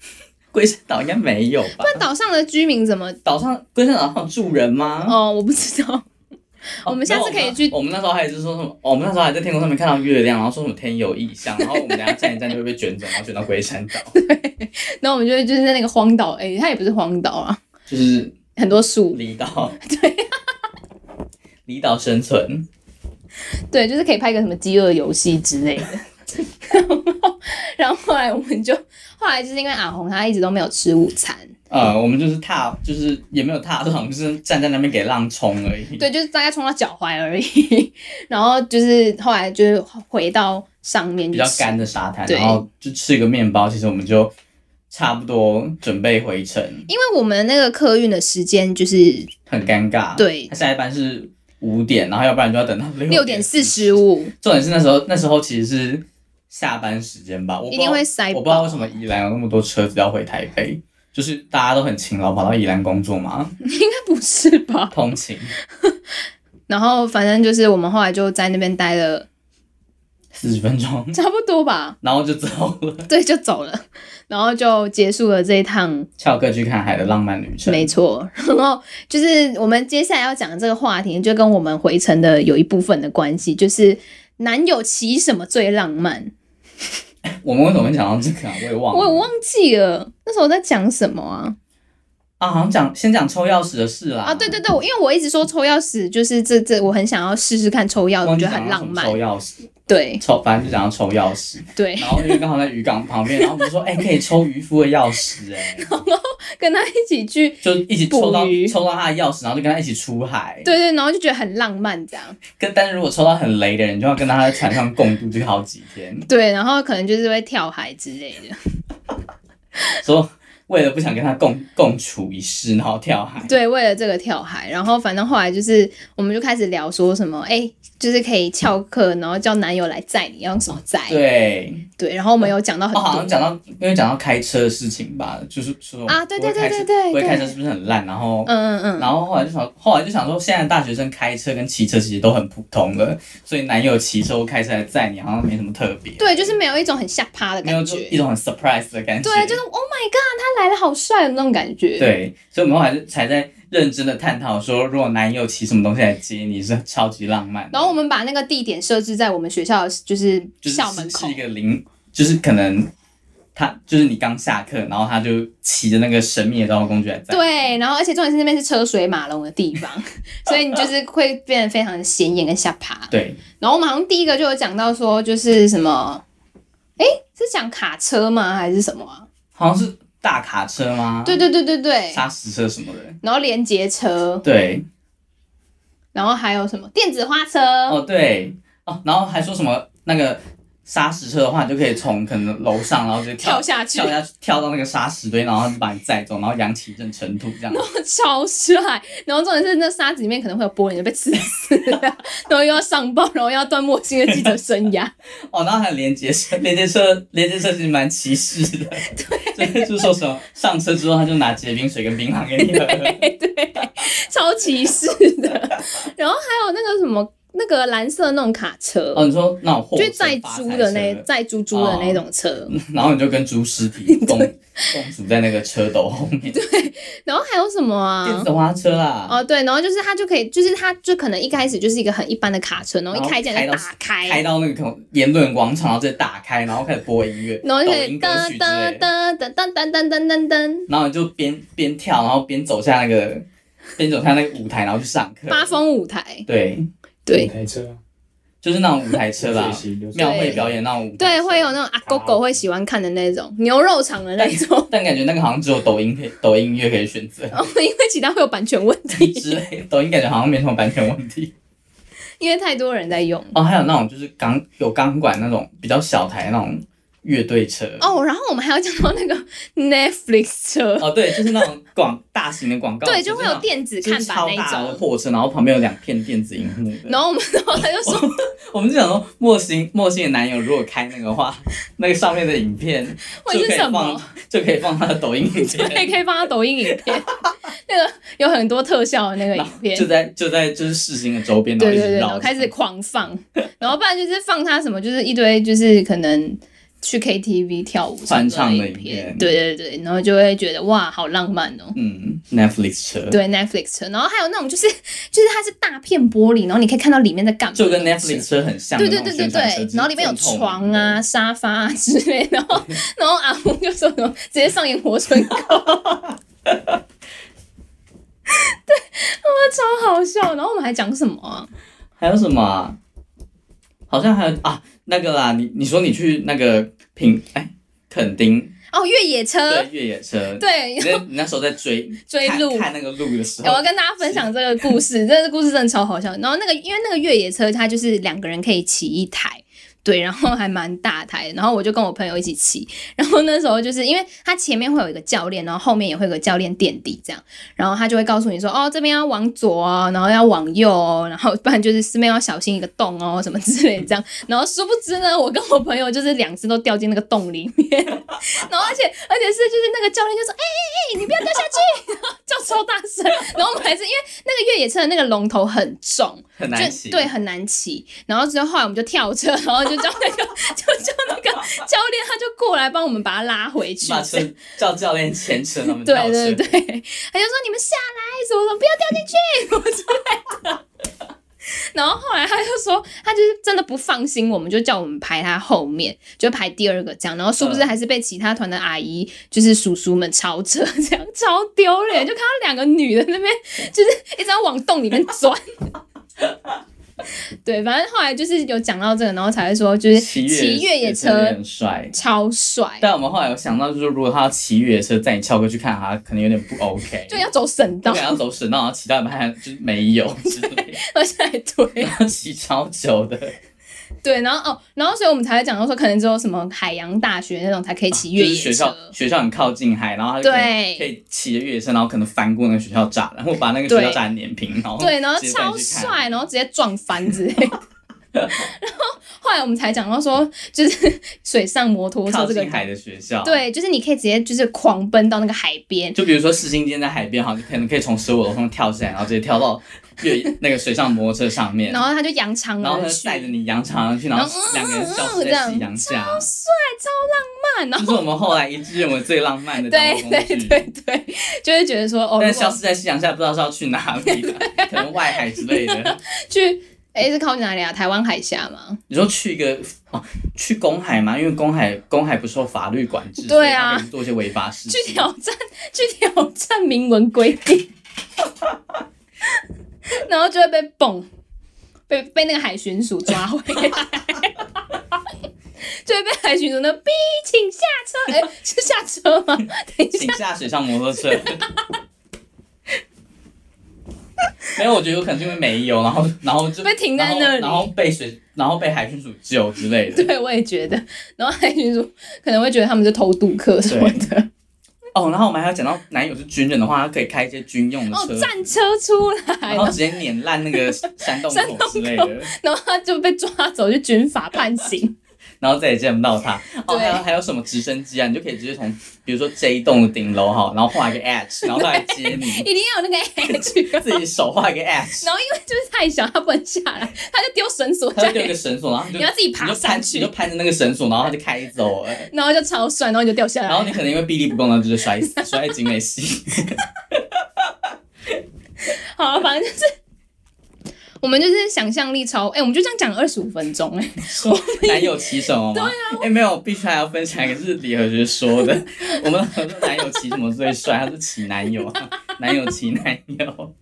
[SPEAKER 2] 龟山岛应该没有吧？
[SPEAKER 1] 那岛上的居民怎么？
[SPEAKER 2] 岛上龟山岛上有住人吗？
[SPEAKER 1] 哦，我不知道。 我们下次可以去
[SPEAKER 2] 哦我们那时候还是说什么？哦我们那时候还在天空上面看到月亮，然后说什么天有异 象，然后我们等一下站一站就会被卷走，然后卷到龟山岛，
[SPEAKER 1] 然后我们就会就是在那个荒岛，哎、它也不是荒岛啊，
[SPEAKER 2] 就是
[SPEAKER 1] 很多树，
[SPEAKER 2] 离岛。对、离岛生存，
[SPEAKER 1] 对，就是可以拍个什么饥饿游戏之类的。 然后，然后后来我们就，后来就是因为阿红她一直都没有吃午餐，
[SPEAKER 2] 呃，我们就是踏，就是也没有踏上，就是站在那边给浪冲而已。
[SPEAKER 1] 对，就是大概冲到脚踝而已。 然后就是后来就是回到上面
[SPEAKER 2] 比
[SPEAKER 1] 去
[SPEAKER 2] 较
[SPEAKER 1] 吃，
[SPEAKER 2] 干的沙滩，
[SPEAKER 1] 对
[SPEAKER 2] 然后就吃个面包，其实我们就差不多准备回程，
[SPEAKER 1] 因为我们那个客运的时间就是
[SPEAKER 2] 很尴尬。
[SPEAKER 1] 对
[SPEAKER 2] 他下一班是五点，然后要不然就要等到
[SPEAKER 1] 六
[SPEAKER 2] 六
[SPEAKER 1] 点
[SPEAKER 2] 点
[SPEAKER 1] 四。十五，
[SPEAKER 2] 重点是那时候，那时候其实是下班时间吧，我不
[SPEAKER 1] 一
[SPEAKER 2] 知道
[SPEAKER 1] 定会塞
[SPEAKER 2] 我不知道
[SPEAKER 1] 爆
[SPEAKER 2] 为。什么宜兰有那么多车子要回台北，就是大家都很勤劳跑到宜兰工作嘛，
[SPEAKER 1] 应该不是吧？
[SPEAKER 2] 通勤。
[SPEAKER 1] 然后反正就是我们后来就在那边待了
[SPEAKER 2] 四十分钟，
[SPEAKER 1] 差不多吧，
[SPEAKER 2] 然后就走了。
[SPEAKER 1] 对，就走了，然后就结束了这一趟
[SPEAKER 2] 翘课去看海的浪漫旅程，
[SPEAKER 1] 没错，然后就是我们接下来要讲的这个话题，就跟我们回程的有一部分的关系，就是男友骑什么最浪漫？
[SPEAKER 2] 我们为什么会讲到这个、啊？我也忘
[SPEAKER 1] 我
[SPEAKER 2] 了。
[SPEAKER 1] 我忘记了那时候我在讲什么啊？
[SPEAKER 2] 啊，好像讲先讲抽钥匙的事啦。
[SPEAKER 1] 啊，对对对，我因为我一直说抽钥匙，就是这这，我很想要试试看抽钥匙，呃我
[SPEAKER 2] 忘记
[SPEAKER 1] 觉得
[SPEAKER 2] 讲
[SPEAKER 1] 很
[SPEAKER 2] 到
[SPEAKER 1] 浪
[SPEAKER 2] 什么
[SPEAKER 1] 漫
[SPEAKER 2] 抽。钥匙，
[SPEAKER 1] 对
[SPEAKER 2] 抽，反正就讲要抽钥 匙。
[SPEAKER 1] 对，
[SPEAKER 2] 然后因为刚好在渔港旁边，然后我们就说，哎、可以抽渔夫的钥 匙、哎，
[SPEAKER 1] 跟他一起去，
[SPEAKER 2] 就一起抽到
[SPEAKER 1] 捕鱼
[SPEAKER 2] 抽到他的钥匙，然后就跟他一起出海。，
[SPEAKER 1] 对对，然后就觉得很浪漫这样。
[SPEAKER 2] 跟但是如果抽到很雷的人，就要跟他在船上共度这个好几天，
[SPEAKER 1] 对，然后可能就是会跳海之类的。
[SPEAKER 2] 说为了不想跟他共共处一室，然后跳海。
[SPEAKER 1] 对，为了这个跳海，然后反正后来就是我们就开始聊说什么，哎、就是可以翘课，然后叫男友来载你，要用什么载？
[SPEAKER 2] 对，
[SPEAKER 1] 哦对然后我们有讲到很
[SPEAKER 2] 我、好像
[SPEAKER 1] 多，
[SPEAKER 2] 讲到因为讲到开车的事情吧，就是说
[SPEAKER 1] 啊对对
[SPEAKER 2] 不会开
[SPEAKER 1] 对
[SPEAKER 2] 车
[SPEAKER 1] 对对
[SPEAKER 2] 不会开
[SPEAKER 1] 对
[SPEAKER 2] 车是不是很烂？然后
[SPEAKER 1] 嗯嗯嗯，
[SPEAKER 2] 然后后来就想，后来就想说，现在大学生开车跟骑车其实都很普通了，所以男友骑车或开车来载你好像没什么特别，
[SPEAKER 1] 对，就是没有一种很吓趴的
[SPEAKER 2] 没有
[SPEAKER 1] 感
[SPEAKER 2] 就
[SPEAKER 1] 觉
[SPEAKER 2] 一，种很 surprise 的感觉。
[SPEAKER 1] 对，就是 Oh my God，他来了好帅的那种感觉，，
[SPEAKER 2] 对所以我们后来就才在认真的探讨说，如果男友骑什么东西来接你是超级浪漫的，
[SPEAKER 1] 然后我们把那个地点设置在我们学校，就是
[SPEAKER 2] 就是
[SPEAKER 1] 校门口
[SPEAKER 2] 是一，个零，就是可能。他就是你刚下课，然后他就骑着那个神秘的交通工具来载。
[SPEAKER 1] 对，然后而且重点是那边是车水马龙的地方， 所以你就是会变得非常显眼跟下爬。
[SPEAKER 2] 对，
[SPEAKER 1] 然后我们好像第一个就有讲到说，就是什么，哎，是讲卡车吗？还是什么啊？
[SPEAKER 2] 好像是大卡车吗？
[SPEAKER 1] 对对对对对，
[SPEAKER 2] 砂石车什么的。
[SPEAKER 1] 然后连接车，
[SPEAKER 2] 对，
[SPEAKER 1] 然后还有什么电子花车？
[SPEAKER 2] 哦对，哦，然后还说什么那个砂石车的话，你就可以从可能楼上，然后就
[SPEAKER 1] 跳
[SPEAKER 2] 跳
[SPEAKER 1] 下去
[SPEAKER 2] 跳，下去，跳到那个砂石堆，然后把你载走，然后扬起一阵尘土这样。
[SPEAKER 1] 超帅！然后重点是那沙子里面可能会有玻璃，你就被刺死了， 然后又要上报，然后又要断莫新的记者生涯。
[SPEAKER 2] 哦，然后还有连接车，连接车，连接车其实蛮歧视 的，对， 就是说什么上车之后他就拿结冰水跟槟榔给你喝，
[SPEAKER 1] 超歧视的。然后还有那个什么，那个蓝色那种卡车，
[SPEAKER 2] 哦，你说那种货
[SPEAKER 1] 就是
[SPEAKER 2] 车
[SPEAKER 1] 载
[SPEAKER 2] 发
[SPEAKER 1] 猪
[SPEAKER 2] 财哦
[SPEAKER 1] 的
[SPEAKER 2] 车
[SPEAKER 1] 那载猪猪的那种车。
[SPEAKER 2] 然后你就跟猪尸体共共处在那个车斗后面，
[SPEAKER 1] 然后还有什么
[SPEAKER 2] 电
[SPEAKER 1] 啊？
[SPEAKER 2] 子花车啦，
[SPEAKER 1] 哦，对，然后就是它就可以，就是它就可能一开始就是一个很一般的卡车，然后一开起来就
[SPEAKER 2] 然后
[SPEAKER 1] 打
[SPEAKER 2] 开
[SPEAKER 1] 开，
[SPEAKER 2] 到那个言论广场，然后再打开，然后开始播音乐，
[SPEAKER 1] 然后就
[SPEAKER 2] 抖
[SPEAKER 1] 可以
[SPEAKER 2] 音歌
[SPEAKER 1] 噔
[SPEAKER 2] 曲之类
[SPEAKER 1] 噔
[SPEAKER 2] 的，
[SPEAKER 1] 噔噔噔噔噔噔噔噔，
[SPEAKER 2] 然后你就边边跳，然后边走下那个 边走下那个舞台，然后去上课，
[SPEAKER 1] 八风舞台，
[SPEAKER 2] 对，
[SPEAKER 1] 对
[SPEAKER 2] 嗯
[SPEAKER 3] 台车
[SPEAKER 2] 就是那种舞台车啦
[SPEAKER 3] 最。新就是
[SPEAKER 2] 庙会表演那种舞台
[SPEAKER 1] 对，
[SPEAKER 2] 车
[SPEAKER 1] 会有那种阿狗狗会喜欢看的那种牛肉场的那种，
[SPEAKER 2] 但感觉那个好像只有抖音可以，抖音音乐可以选择
[SPEAKER 1] 然后因为其他会有版权问题，
[SPEAKER 2] 之类的。抖音感觉好像没什么版权 问题。
[SPEAKER 1] 因为太多人在用。
[SPEAKER 2] 哦，还有那种就是钢有钢管那种比较小台那种乐队车。
[SPEAKER 1] 哦，然后我们还要讲到那个 Netflix 车，
[SPEAKER 2] 哦，对，就是那种广大型的广告，
[SPEAKER 1] 对，就会有
[SPEAKER 2] 电
[SPEAKER 1] 电子
[SPEAKER 2] 子
[SPEAKER 1] 看板那
[SPEAKER 2] 超
[SPEAKER 1] 一
[SPEAKER 2] 大的
[SPEAKER 1] 种。
[SPEAKER 2] 货车，然后旁边有两片电子荧幕的。
[SPEAKER 1] 然后我们，然后他就 说，
[SPEAKER 2] 我们就想说，莫欣莫欣的男友如果开那个的话， 那个上面的影片
[SPEAKER 1] 会
[SPEAKER 2] 就是可以
[SPEAKER 1] 什
[SPEAKER 2] 放
[SPEAKER 1] 么？
[SPEAKER 2] 就可以放他的抖音影
[SPEAKER 1] 对，
[SPEAKER 2] 片，
[SPEAKER 1] 可以放到抖音影片， 那个有很多特效的那个影片
[SPEAKER 2] 就。在就在就是世新的周边，然
[SPEAKER 1] 对
[SPEAKER 2] 后一
[SPEAKER 1] 对
[SPEAKER 2] 直
[SPEAKER 1] 对，
[SPEAKER 2] 绕
[SPEAKER 1] 然
[SPEAKER 2] 着
[SPEAKER 1] 后开始狂放，然后不然就是放他什么，就是一堆就是可能去 KTV 跳舞
[SPEAKER 2] 翻唱
[SPEAKER 1] 的
[SPEAKER 2] 的影片
[SPEAKER 1] 对对对，然后就会觉得哇，好浪漫哦。
[SPEAKER 2] 嗯 Netflix 车，
[SPEAKER 1] 对 Netflix 车，然后还有那种就是就是它是大片玻璃，然后你可以看到里面在干嘛，
[SPEAKER 2] 就跟 Netflix 车很像的
[SPEAKER 1] 对
[SPEAKER 2] 那
[SPEAKER 1] 对
[SPEAKER 2] 种
[SPEAKER 1] 对对
[SPEAKER 2] 宣传车
[SPEAKER 1] 对，然后里面有床，啊、
[SPEAKER 2] 就是
[SPEAKER 1] 沙发啊之类，然后 然后阿红就说什么直接上演活春 宫，对，哇，哦超好笑。然后我们还讲什么啊？
[SPEAKER 2] 还有什么啊、好像还有啊，那个啦，你你说你去那个平哎垦丁
[SPEAKER 1] 哦，越野车
[SPEAKER 2] 对，越野车，
[SPEAKER 1] 对
[SPEAKER 2] 你，那你那时候在追
[SPEAKER 1] 追
[SPEAKER 2] 看
[SPEAKER 1] 路。
[SPEAKER 2] 看那个路的时
[SPEAKER 1] 欸我
[SPEAKER 2] 候
[SPEAKER 1] 要，跟大家分享这个故事， 这个故事真的超好笑。然后那个，因为那个越野车它就是两个人可以骑一台，对，然后还蛮大台的。然后我就跟我朋友一起骑，然后那时候就是因为它前面会有一个教练，然后后面也会有个教练垫底这样，然后他就会告诉你说，哦，这边要往左哦，然后要往右哦，然后不然就是四面要小心一个洞哦，什么之类的这样。然后殊不知呢，我跟我朋友就是两只都掉进那个洞里面， 然后而且而且是就是那个教练就说，哎哎哎，你不要掉下去， 然后叫超大声，然后我们还是因为那个越野车的那个龙头很重，
[SPEAKER 2] 很难骑，
[SPEAKER 1] 就对，很难骑。然后之后后来我们就跳车，然后就叫那个就叫那个教练，他就过来帮我们把他拉回去。
[SPEAKER 2] 把车叫教练牵车，他们
[SPEAKER 1] 对
[SPEAKER 2] 跳车
[SPEAKER 1] 对对， 他就说你们下来，什么什么不要掉进去， 什么之类的。 然后后来他就说，他就是真的不放心我们，就叫我们排他后面，就排第二个这样。然后殊不知
[SPEAKER 2] 嗯
[SPEAKER 1] 还是被其他团的阿姨，就是叔叔们超车，这样超丢脸。 就看到两个女的那边，就是一直要往洞里面钻。 对，反正后来就是有讲到这个，然后才会说就是
[SPEAKER 2] 骑
[SPEAKER 1] 骑越野
[SPEAKER 2] 真的
[SPEAKER 1] 车
[SPEAKER 2] 很帅。
[SPEAKER 1] 超帅，
[SPEAKER 2] 但我们后来有想到，就是如果他要骑越野车载你翘哥去看他，可能有点 不 OK，
[SPEAKER 1] 就要走省
[SPEAKER 2] 不
[SPEAKER 1] 道
[SPEAKER 2] 敢，要走神道，然后骑到一半还就是没有之类的，
[SPEAKER 1] 而且还推。
[SPEAKER 2] 然后骑超久的。
[SPEAKER 1] 对，然后哦，然后所以我们才会讲到说，可能只有什么海洋大学那种才可以 骑越
[SPEAKER 2] 啊就是
[SPEAKER 1] 野
[SPEAKER 2] 学
[SPEAKER 1] 车。
[SPEAKER 2] 校学校很靠近海，然后他就可以
[SPEAKER 1] 对
[SPEAKER 2] 可以骑着越野车，然后可能翻过那个学校栅栏，或把那个学校栅栏碾平，然后
[SPEAKER 1] 对，然后
[SPEAKER 2] 直接带你
[SPEAKER 1] 超
[SPEAKER 2] 去看
[SPEAKER 1] 帅，然后直接撞翻之类的。然后后来我们才讲到说，就是水上摩托车
[SPEAKER 2] 靠
[SPEAKER 1] 这个
[SPEAKER 2] 近海的学校。，
[SPEAKER 1] 对，就是你可以直接就是狂奔到那个海边，
[SPEAKER 2] 就比如说世新今天在海边，好，你可能可以从十五楼上跳下来，然后直接跳到越野那个水上摩托车上面，
[SPEAKER 1] 然后他就扬长
[SPEAKER 2] 然后
[SPEAKER 1] 而
[SPEAKER 2] 他
[SPEAKER 1] 去，
[SPEAKER 2] 就带着你扬长而去，然后
[SPEAKER 1] 嗯
[SPEAKER 2] 两个人消失在夕阳下，
[SPEAKER 1] 慢，然
[SPEAKER 2] 这
[SPEAKER 1] 后
[SPEAKER 2] 是我们后来一致认为最浪漫的交
[SPEAKER 1] 对
[SPEAKER 2] 通工
[SPEAKER 1] 啊对
[SPEAKER 2] 具。哎
[SPEAKER 1] 对对，就会觉得说哦，如
[SPEAKER 2] 但
[SPEAKER 1] 果
[SPEAKER 2] 消啊 失在夕阳下，不知道是要去哪里的，可能外海之类的。
[SPEAKER 1] 去哎、是靠近哪里啊？台湾海峡吗？
[SPEAKER 2] 你说去一个哦，去公海嘛，因为公海公海不受法律管制，
[SPEAKER 1] 对
[SPEAKER 2] 所以他
[SPEAKER 1] 啊
[SPEAKER 2] 可以做一些违法事
[SPEAKER 1] 去
[SPEAKER 2] 情。
[SPEAKER 1] 挑战， 去挑战明文规定，然后就会被蹦，被被那个海巡署抓回来， 就会被海巡署那逼，请下车，哎、是下车吗？ 等一下，
[SPEAKER 2] 请下水上摩托车。 没有，我觉得有可能是因为没有，然后然后就
[SPEAKER 1] 被停在那里
[SPEAKER 2] 然后然后被水，然后被海巡署救之类的。
[SPEAKER 1] 对，我也觉得。然后海巡署可能会觉得他们是偷渡客什么的，
[SPEAKER 2] 哦，然后我们还要讲到男友是军人的话，他可以开一些军用的
[SPEAKER 1] 哦
[SPEAKER 2] 车，，
[SPEAKER 1] 战车出来
[SPEAKER 2] 然后
[SPEAKER 1] 了，
[SPEAKER 2] 直接碾烂那 个山洞
[SPEAKER 1] 山
[SPEAKER 2] 口
[SPEAKER 1] 洞
[SPEAKER 2] 之类的，
[SPEAKER 1] 然后他就被抓走去军法判 刑。
[SPEAKER 2] 然后再也见不到他。哦，
[SPEAKER 1] 对
[SPEAKER 2] 还有还有什么直升机啊？你就可以直接从比如说这一栋的顶楼哈，然后画一 个 H，然后他来接你，
[SPEAKER 1] 一定要有那个 H，
[SPEAKER 2] 自己手画一个 H，
[SPEAKER 1] 然后因为就是太小，他不能下来，他就丢绳索
[SPEAKER 2] 他
[SPEAKER 1] 在
[SPEAKER 2] 就丢一个绳索，然后你就
[SPEAKER 1] 你要自己
[SPEAKER 2] 你
[SPEAKER 1] 爬
[SPEAKER 2] 就
[SPEAKER 1] 上
[SPEAKER 2] 攀你
[SPEAKER 1] 去
[SPEAKER 2] 就，攀着那个绳索，然后他就开走了。
[SPEAKER 1] 然后就超帅，然后你就掉下来。
[SPEAKER 2] 然后你可能因为臂力不够，然后就是摔死，摔进美西。
[SPEAKER 1] 好了，反正就是我们就是想象力超，哎、我们就这样讲二十五分钟、哎，
[SPEAKER 2] 男友骑什么吗？
[SPEAKER 1] 啊
[SPEAKER 2] 哎、没有，必须还要分享一个是李和学说的。我们很多男友骑什么最帅？他说骑男友 啊，男友骑男友。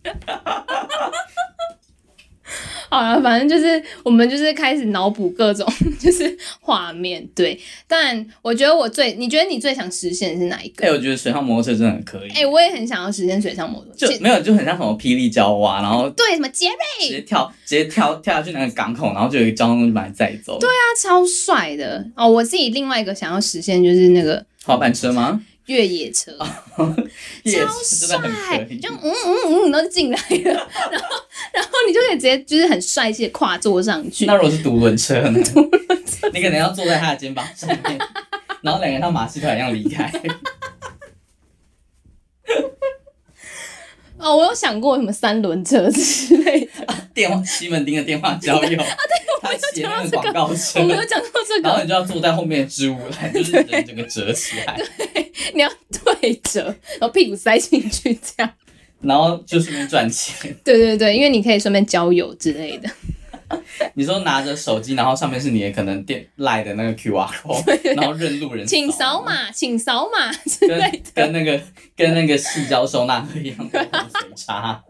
[SPEAKER 1] 好了，反正就是我们就是开始脑补各种 就是画面，对。但我觉得我最，你觉得你最想实现的是哪一个
[SPEAKER 2] 哎、？我觉得水上摩托车真的很可以，
[SPEAKER 1] 哎、我也很想要实现水上摩托，
[SPEAKER 2] 就
[SPEAKER 1] 其
[SPEAKER 2] 没有就很像什么霹雳娇娃，然后
[SPEAKER 1] 对什么杰瑞
[SPEAKER 2] 直接跳直接跳跳下去那个港口，然后就有一个交通工具把你载走。对啊，
[SPEAKER 1] 他超帅的哦。我自己另外一个想要实现就是那个
[SPEAKER 2] 滑板车吗？
[SPEAKER 1] 越野车，
[SPEAKER 2] 哦也
[SPEAKER 1] 超
[SPEAKER 2] 是真的很
[SPEAKER 1] 帅
[SPEAKER 2] 可，以
[SPEAKER 1] 就。嗯嗯嗯，然后就进来了， 然后然后你就可以直接就是很帅气的跨坐上去
[SPEAKER 2] 那。如果是独轮车 呢？你可能要坐在他的肩膀上面，然后两个人像马戏团一样离开。
[SPEAKER 1] 哦，我有想过什么三轮车之类的，
[SPEAKER 2] 电
[SPEAKER 1] 嗯
[SPEAKER 2] 话西门町的电话
[SPEAKER 1] 啊
[SPEAKER 2] 交友，他写那个广告车
[SPEAKER 1] 我，没有讲过这
[SPEAKER 2] 然后
[SPEAKER 1] 个，
[SPEAKER 2] 你就要坐在后面的织物来，就是人整个折起来，
[SPEAKER 1] 你要对折，然后屁股塞进去这样。
[SPEAKER 2] 然后就顺便赚钱。
[SPEAKER 1] 对对对，因为你可以顺便交友之类的。
[SPEAKER 2] 你说拿着手机，然后上面是你的可能电赖的那个 QR code，然后认路人，
[SPEAKER 1] 请
[SPEAKER 2] 啊
[SPEAKER 1] 扫，码，请扫码 之
[SPEAKER 2] 跟
[SPEAKER 1] 类的。
[SPEAKER 2] 跟那个跟那个细胶收纳盒一样的水叉。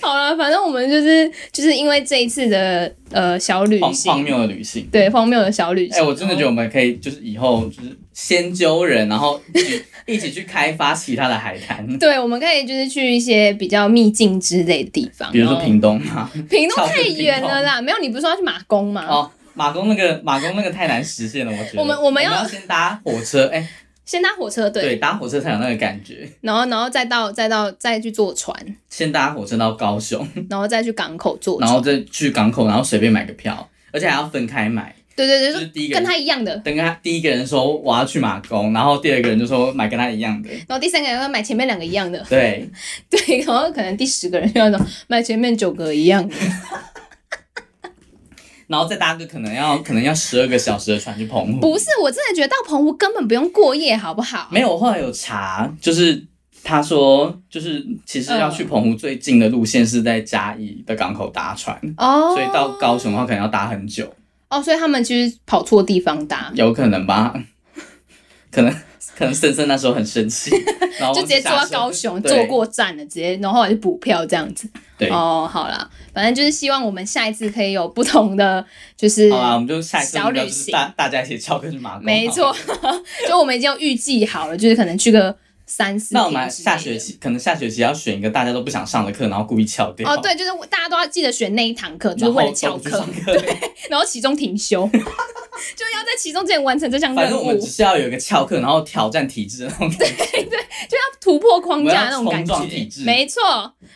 [SPEAKER 1] 好了，反正我们就是就是因为这一次的呃小旅
[SPEAKER 2] 荒荒
[SPEAKER 1] 行，
[SPEAKER 2] 谬的旅行。
[SPEAKER 1] 对荒谬的小旅行。
[SPEAKER 2] 哎、我真的觉得我们可以，就是以后就是先揪人，然后一起 一起去开发其他的海滩，
[SPEAKER 1] 对，我们可以就是去一些比较秘境之类的地方，
[SPEAKER 2] 比如说
[SPEAKER 1] 然后
[SPEAKER 2] 屏东嘛。
[SPEAKER 1] 屏东
[SPEAKER 2] 超
[SPEAKER 1] 太
[SPEAKER 2] 过屏
[SPEAKER 1] 远
[SPEAKER 2] 东
[SPEAKER 1] 了啦。没有，你不是说要去马公吗？
[SPEAKER 2] 哦，马公那个马公那个太难实现了，我觉得。
[SPEAKER 1] 啊我们我
[SPEAKER 2] 我
[SPEAKER 1] 们要
[SPEAKER 2] 要先搭火车，哎、
[SPEAKER 1] 先搭火车，
[SPEAKER 2] 对，搭火车才有那个感觉。
[SPEAKER 1] 然后然后再到再到再去坐船，
[SPEAKER 2] 先搭火车到高雄，
[SPEAKER 1] 然后再去港口坐
[SPEAKER 2] 嗯然
[SPEAKER 1] 船。
[SPEAKER 2] 后再去港口，然后随便买个票，而且还要分开买。
[SPEAKER 1] 对对
[SPEAKER 2] 就
[SPEAKER 1] 对，
[SPEAKER 2] 是
[SPEAKER 1] 就
[SPEAKER 2] 第一个
[SPEAKER 1] 跟
[SPEAKER 2] 人
[SPEAKER 1] 他一样的。
[SPEAKER 2] 等他第一个人说我要去马公，然后第二个人就说买跟他一样的。
[SPEAKER 1] 然后第三个人要买前面两个一样的，
[SPEAKER 2] 对，
[SPEAKER 1] 对，然后可能第十个人要买前面九个一样的，
[SPEAKER 2] 嗯然后再搭个可能要可能要十二个小时的船去澎湖。
[SPEAKER 1] 不是，我真的觉得到澎湖根本不用过夜，好不好？
[SPEAKER 2] 没有，我后来有查，就是他说，就是其实要
[SPEAKER 1] 嗯
[SPEAKER 2] 去澎湖最近的路线是在嘉义的港口搭船，
[SPEAKER 1] 哦，
[SPEAKER 2] 所以到高雄的话可能要搭很久，
[SPEAKER 1] 哦，所以他们其实跑错地方搭，
[SPEAKER 2] 有可能吧？ 可能可能森森那时候很生 气，然后
[SPEAKER 1] 就直接坐到高
[SPEAKER 2] 高
[SPEAKER 1] 雄，
[SPEAKER 2] 对
[SPEAKER 1] 坐过站了，直接然后后来就补票这样子。
[SPEAKER 2] 对。好
[SPEAKER 1] 哦，好啦，反正就是希望我们下一次可以有不同的，就是
[SPEAKER 2] 啦，我们就下一次
[SPEAKER 1] 小
[SPEAKER 2] 目
[SPEAKER 1] 旅
[SPEAKER 2] 标就是
[SPEAKER 1] 行
[SPEAKER 2] 大大家一起翘课去马公。
[SPEAKER 1] 没
[SPEAKER 2] 好
[SPEAKER 1] 错
[SPEAKER 2] 了，，
[SPEAKER 1] 就我们已经有预计好了，就是可能去个三四天之类的。
[SPEAKER 2] 那我们下学期可能下学期要选一个大家都不想上的课，然后故意翘掉。
[SPEAKER 1] 哦，，对，就是大家都要记得选那一堂课，就是
[SPEAKER 2] 然后
[SPEAKER 1] 为了
[SPEAKER 2] 都
[SPEAKER 1] 翘
[SPEAKER 2] 不去
[SPEAKER 1] 课
[SPEAKER 2] 上，课。
[SPEAKER 1] 然后其中停 休，就要在其中之前完成这项
[SPEAKER 2] 反
[SPEAKER 1] 任
[SPEAKER 2] 正我
[SPEAKER 1] 务，
[SPEAKER 2] 们
[SPEAKER 1] 就
[SPEAKER 2] 只是要有一个翘课，然后挑战体制的那种感觉。
[SPEAKER 1] 要突破框架的那种
[SPEAKER 2] 我们
[SPEAKER 1] 感
[SPEAKER 2] 要冲撞体
[SPEAKER 1] 觉
[SPEAKER 2] 制。
[SPEAKER 1] 没错，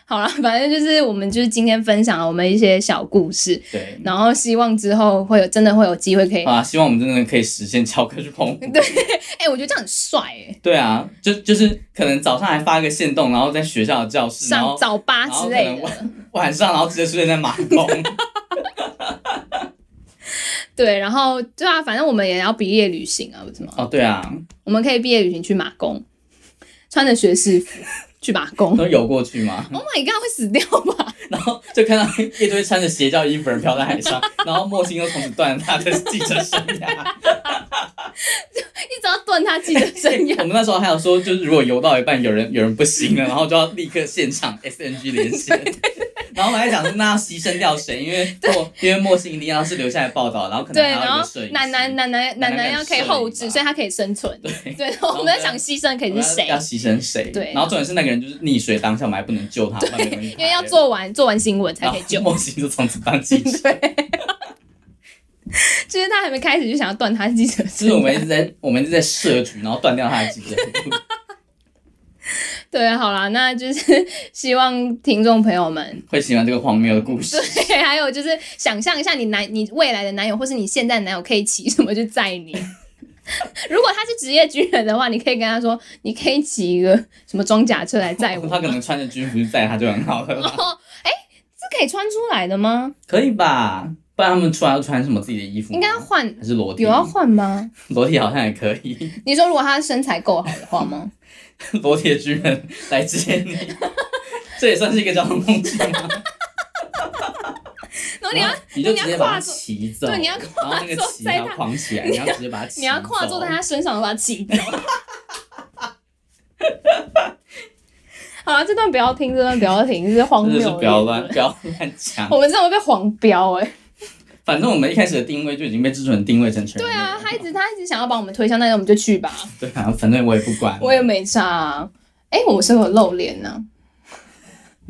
[SPEAKER 1] 好了，反正就是我们就是今天分享了我们一些小故事，
[SPEAKER 2] 对，
[SPEAKER 1] 然后希望之后会有真的会有机会可以， 哎、
[SPEAKER 2] 啊，希望我们真的可以实现翘课去澎湖。
[SPEAKER 1] 我觉得这样很帅哎、
[SPEAKER 2] 对啊，就就是可能早上还发个线动，然后在学校的教室，然
[SPEAKER 1] 上
[SPEAKER 2] 后
[SPEAKER 1] 早八
[SPEAKER 2] 然后
[SPEAKER 1] 之
[SPEAKER 2] 可
[SPEAKER 1] 类
[SPEAKER 2] 能
[SPEAKER 1] 的，
[SPEAKER 2] 晚晚上，然后直接出现在马公。
[SPEAKER 1] 对，然后对啊，反正我们也要毕业旅行啊，不是吗？
[SPEAKER 2] 哦，对啊，
[SPEAKER 1] 我们可以毕业旅行去马公，穿着学士服，去把 弓。
[SPEAKER 2] 都游过去吗？
[SPEAKER 1] Oh my god，会死掉吧？
[SPEAKER 2] 然后就看到一堆穿着邪教衣服的人飘在海上， 然后莫欣又从此断了他的记者生 涯。
[SPEAKER 1] 一直要断他记者生
[SPEAKER 2] 我
[SPEAKER 1] 涯。
[SPEAKER 2] 们那时候还有说，就是如果游到一半有人有人不行了，然后就要立刻现场 S N G 连 线。然后我们还讲说，那要牺牲掉谁？因为莫因为莫欣一定要是留下来报道，然后可
[SPEAKER 1] 对，
[SPEAKER 2] 能还
[SPEAKER 1] 然
[SPEAKER 2] 要有一
[SPEAKER 1] 后
[SPEAKER 2] 个摄影师
[SPEAKER 1] 奶奶奶奶奶奶要可以后置，
[SPEAKER 2] 对
[SPEAKER 1] 所以他可以生存。
[SPEAKER 2] 对。
[SPEAKER 1] 对，然后我们在想牺牲可以是谁
[SPEAKER 2] 要，牺牲谁？
[SPEAKER 1] 对
[SPEAKER 2] 然后重点是那个人就是溺水当下，我们还不能救他，因
[SPEAKER 1] 因为要做完做完新闻才
[SPEAKER 2] 然
[SPEAKER 1] 可
[SPEAKER 2] 后
[SPEAKER 1] 以救。
[SPEAKER 2] 莫欣就从此当记者。
[SPEAKER 1] 就是他还没开始就想要断他记者
[SPEAKER 2] 就
[SPEAKER 1] 生
[SPEAKER 2] 是我们一
[SPEAKER 1] 涯。
[SPEAKER 2] 直在我们一直在设局，然后断掉他的记者。
[SPEAKER 1] 对，好啦，那就是希望听众朋友们，
[SPEAKER 2] 会喜欢这个荒谬的故事。
[SPEAKER 1] 对，还有就是想象一下你男你未来的男友或是你现在的男友可以骑什么去载 你。如果他是职业军人的话，你可以跟他说，你可以骑一个什么装甲车来载我。
[SPEAKER 2] 他可能穿着军服在，他就很好了吧，
[SPEAKER 1] 哦，哎、这可以穿出来的吗？
[SPEAKER 2] 可以吧？不然他们出来要穿什么自己的衣服吗？
[SPEAKER 1] 应该要换，
[SPEAKER 2] 还是裸体？
[SPEAKER 1] 有啊要换吗？
[SPEAKER 2] 裸体好像也可以，
[SPEAKER 1] 你说如果他身材够好的话 吗？
[SPEAKER 2] 裸体的军人来接你，这也算是一个交通工具吗？
[SPEAKER 1] 然后你要
[SPEAKER 2] 然后你就
[SPEAKER 1] 你要
[SPEAKER 2] 直接把
[SPEAKER 1] 跨
[SPEAKER 2] 他
[SPEAKER 1] 坐
[SPEAKER 2] 骑走，
[SPEAKER 1] 对你要
[SPEAKER 2] 然后那个
[SPEAKER 1] 坐
[SPEAKER 2] 骑
[SPEAKER 1] 在
[SPEAKER 2] 要
[SPEAKER 1] 他
[SPEAKER 2] 框起来，你要直接把它骑
[SPEAKER 1] 你要跨坐
[SPEAKER 2] 走
[SPEAKER 1] 在他身上，把他骑掉。 好了，这段不要听，这段不要听，这是荒
[SPEAKER 2] 真
[SPEAKER 1] 谬
[SPEAKER 2] 的是
[SPEAKER 1] 的。
[SPEAKER 2] 不要乱不要乱讲。
[SPEAKER 1] 我们这种会被黄标哎、
[SPEAKER 2] 反正我们一开始的定位就已经被制作人定位成全
[SPEAKER 1] 对啊，他
[SPEAKER 2] 还
[SPEAKER 1] 一直他一直想要把我们推向那个，我们就去吧。
[SPEAKER 2] 对啊，反正我也不管，
[SPEAKER 1] 我也没差、啊。哎、我是不是有露脸呢、
[SPEAKER 2] 嗯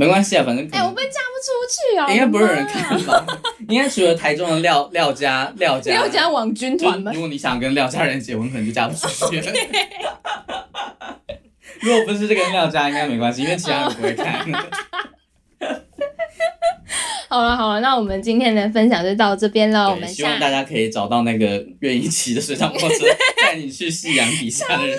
[SPEAKER 2] 没关系啊，反正可
[SPEAKER 1] 哎、
[SPEAKER 2] 能
[SPEAKER 1] 我被嫁不出去啊！
[SPEAKER 2] 应该不会有人
[SPEAKER 1] 我的妈啊。
[SPEAKER 2] 看吧？ 应该除了台中的廖廖家廖家
[SPEAKER 1] 廖家网军
[SPEAKER 2] 就
[SPEAKER 1] 团们
[SPEAKER 2] 如，果你想跟廖家人结婚，可能就嫁不出去了。 如果不是这个廖家，应该没关系，因为其他人不 会看。
[SPEAKER 1] 好了好了，那我们今天的分享就到这边了，我
[SPEAKER 2] 对，
[SPEAKER 1] 们
[SPEAKER 2] 希
[SPEAKER 1] 下
[SPEAKER 2] 望大家可以找到那个愿意骑着水上摩托车带你去夕阳底下的人。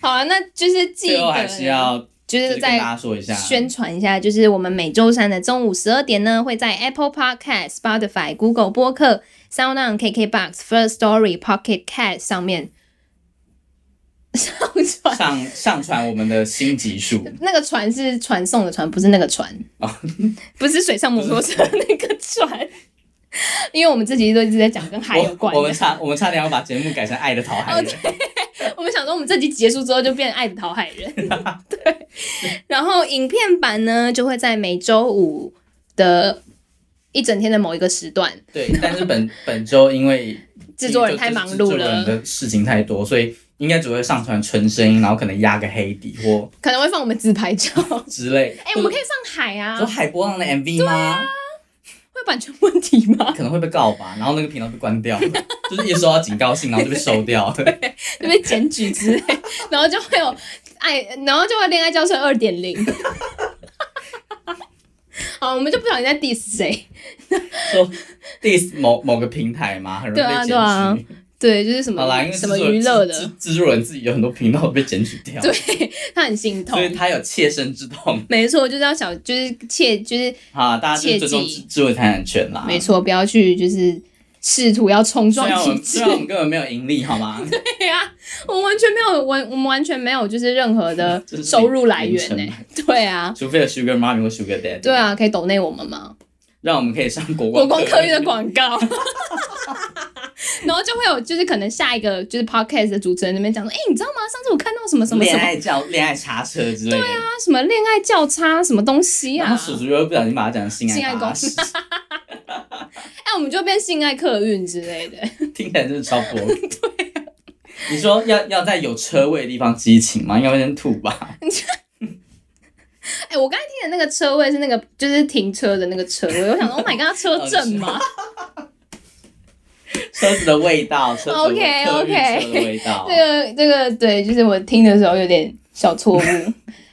[SPEAKER 1] 好了，那就是 记
[SPEAKER 2] 最后还
[SPEAKER 1] 得
[SPEAKER 2] 是要
[SPEAKER 1] 就
[SPEAKER 2] 就是是跟大
[SPEAKER 1] 在
[SPEAKER 2] 家说一下，
[SPEAKER 1] 宣传一下，就是我们每周三的中午十二点呢，会在 Apple Podcast、Spotify、Google 播客、SoundOn、KKBox、First Story、Pocket Cast 上面 上传。
[SPEAKER 2] 上上传我们的新集数。
[SPEAKER 1] 那个船是传送的船，不是那个船，
[SPEAKER 2] 哦
[SPEAKER 1] 不是水上摩托车那个船。因为我们自己都一直在讲跟海有关哦
[SPEAKER 2] 我我们
[SPEAKER 1] 的，
[SPEAKER 2] 差我们差点要把节目改成《爱的讨海人》
[SPEAKER 1] 我们想说我们这集结束之后就变爱的讨海人。对，然后影片版呢就会在每周五的一整天的某一个时段，
[SPEAKER 2] 对，但是本本周因为
[SPEAKER 1] 制作人太忙
[SPEAKER 2] 制
[SPEAKER 1] 碌
[SPEAKER 2] 作人
[SPEAKER 1] 了，
[SPEAKER 2] 的事情太多，所以应该只会上传纯声音，然后可能压个黑底或
[SPEAKER 1] 可能会放我们自拍照。
[SPEAKER 2] 之类。
[SPEAKER 1] 哎、我们可以上海啊
[SPEAKER 2] 有，海波浪的 MV 吗？
[SPEAKER 1] 会有版权问题吗？
[SPEAKER 2] 可能会被告吧，然后那个频道被关掉了， 就是一收到警告信，然后就被 收掉了。
[SPEAKER 1] 就被检举之类，然后就会有爱，然后就会恋爱教室二点零。好，我们就不小心在 diss 谁，
[SPEAKER 2] 说 diss 某某个平台嘛，很容易被检举。
[SPEAKER 1] 对啊对对，就是什
[SPEAKER 2] 好啦，因
[SPEAKER 1] 么
[SPEAKER 2] 为
[SPEAKER 1] 什么娱乐
[SPEAKER 2] 制
[SPEAKER 1] 的，
[SPEAKER 2] 制作人自己有很多频道被检举掉，
[SPEAKER 1] 对他很心痛
[SPEAKER 2] 所。以他有切身之痛
[SPEAKER 1] 没错，就是要小，就是切，就是
[SPEAKER 2] 啊！大家就
[SPEAKER 1] 切
[SPEAKER 2] 尊重
[SPEAKER 1] 记
[SPEAKER 2] 制制作财产权啦。
[SPEAKER 1] 没错，不要去就是试图要冲
[SPEAKER 2] 虽
[SPEAKER 1] 撞
[SPEAKER 2] 然我
[SPEAKER 1] 体
[SPEAKER 2] 们
[SPEAKER 1] 制
[SPEAKER 2] 虽。然我们根本没有盈利，好吗？
[SPEAKER 1] 对啊，我们完全没有，我我们完全没有就是任何 的
[SPEAKER 2] 这是
[SPEAKER 1] 收入来源
[SPEAKER 2] 凌
[SPEAKER 1] 呢、
[SPEAKER 2] 晨
[SPEAKER 1] 对啊，
[SPEAKER 2] 除非有 Sugar Mommy 或 Sugar Daddy，
[SPEAKER 1] 对，啊，可以抖内我们吗？
[SPEAKER 2] 让我们可以上国
[SPEAKER 1] 国
[SPEAKER 2] 光
[SPEAKER 1] 光科
[SPEAKER 2] 科
[SPEAKER 1] 技的广 告。然后就会有，就是可能下一个就是 podcast 的主持人那边讲说，哎、你知道吗？上次我看到什么什么啊什
[SPEAKER 2] 恋
[SPEAKER 1] 么啊，
[SPEAKER 2] 爱教恋爱叉车之类的，
[SPEAKER 1] 什么恋爱交叉什么东西
[SPEAKER 2] 然后
[SPEAKER 1] 啊？
[SPEAKER 2] 叔叔又不小心把它讲成性
[SPEAKER 1] 性爱
[SPEAKER 2] 爱
[SPEAKER 1] 公
[SPEAKER 2] 巴士，
[SPEAKER 1] 哎、我们就变性爱客运之类的。
[SPEAKER 2] 听起来真的超破。对、你说要要在有车位的地方激情吗？应该会先吐吧？
[SPEAKER 1] 哎、我刚才听的那个车位是那个就是停车的那个车位，我 想说，Oh my god，车震吗？
[SPEAKER 2] 车子的味道，车子的
[SPEAKER 1] OK，
[SPEAKER 2] 客运
[SPEAKER 1] OK
[SPEAKER 2] 车的味 道。
[SPEAKER 1] 这个这个对，就是我听的时候有点小错 误。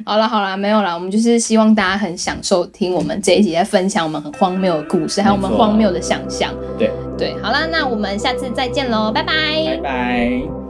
[SPEAKER 1] 好了好了，没有啦，我们就是希望大家很享受听我们这一集在分享我们很荒谬的故事，还有我们
[SPEAKER 2] 没错
[SPEAKER 1] 荒谬的想象。
[SPEAKER 2] 对
[SPEAKER 1] 对，好啦，那我们下次再见喽，拜拜
[SPEAKER 2] 拜拜。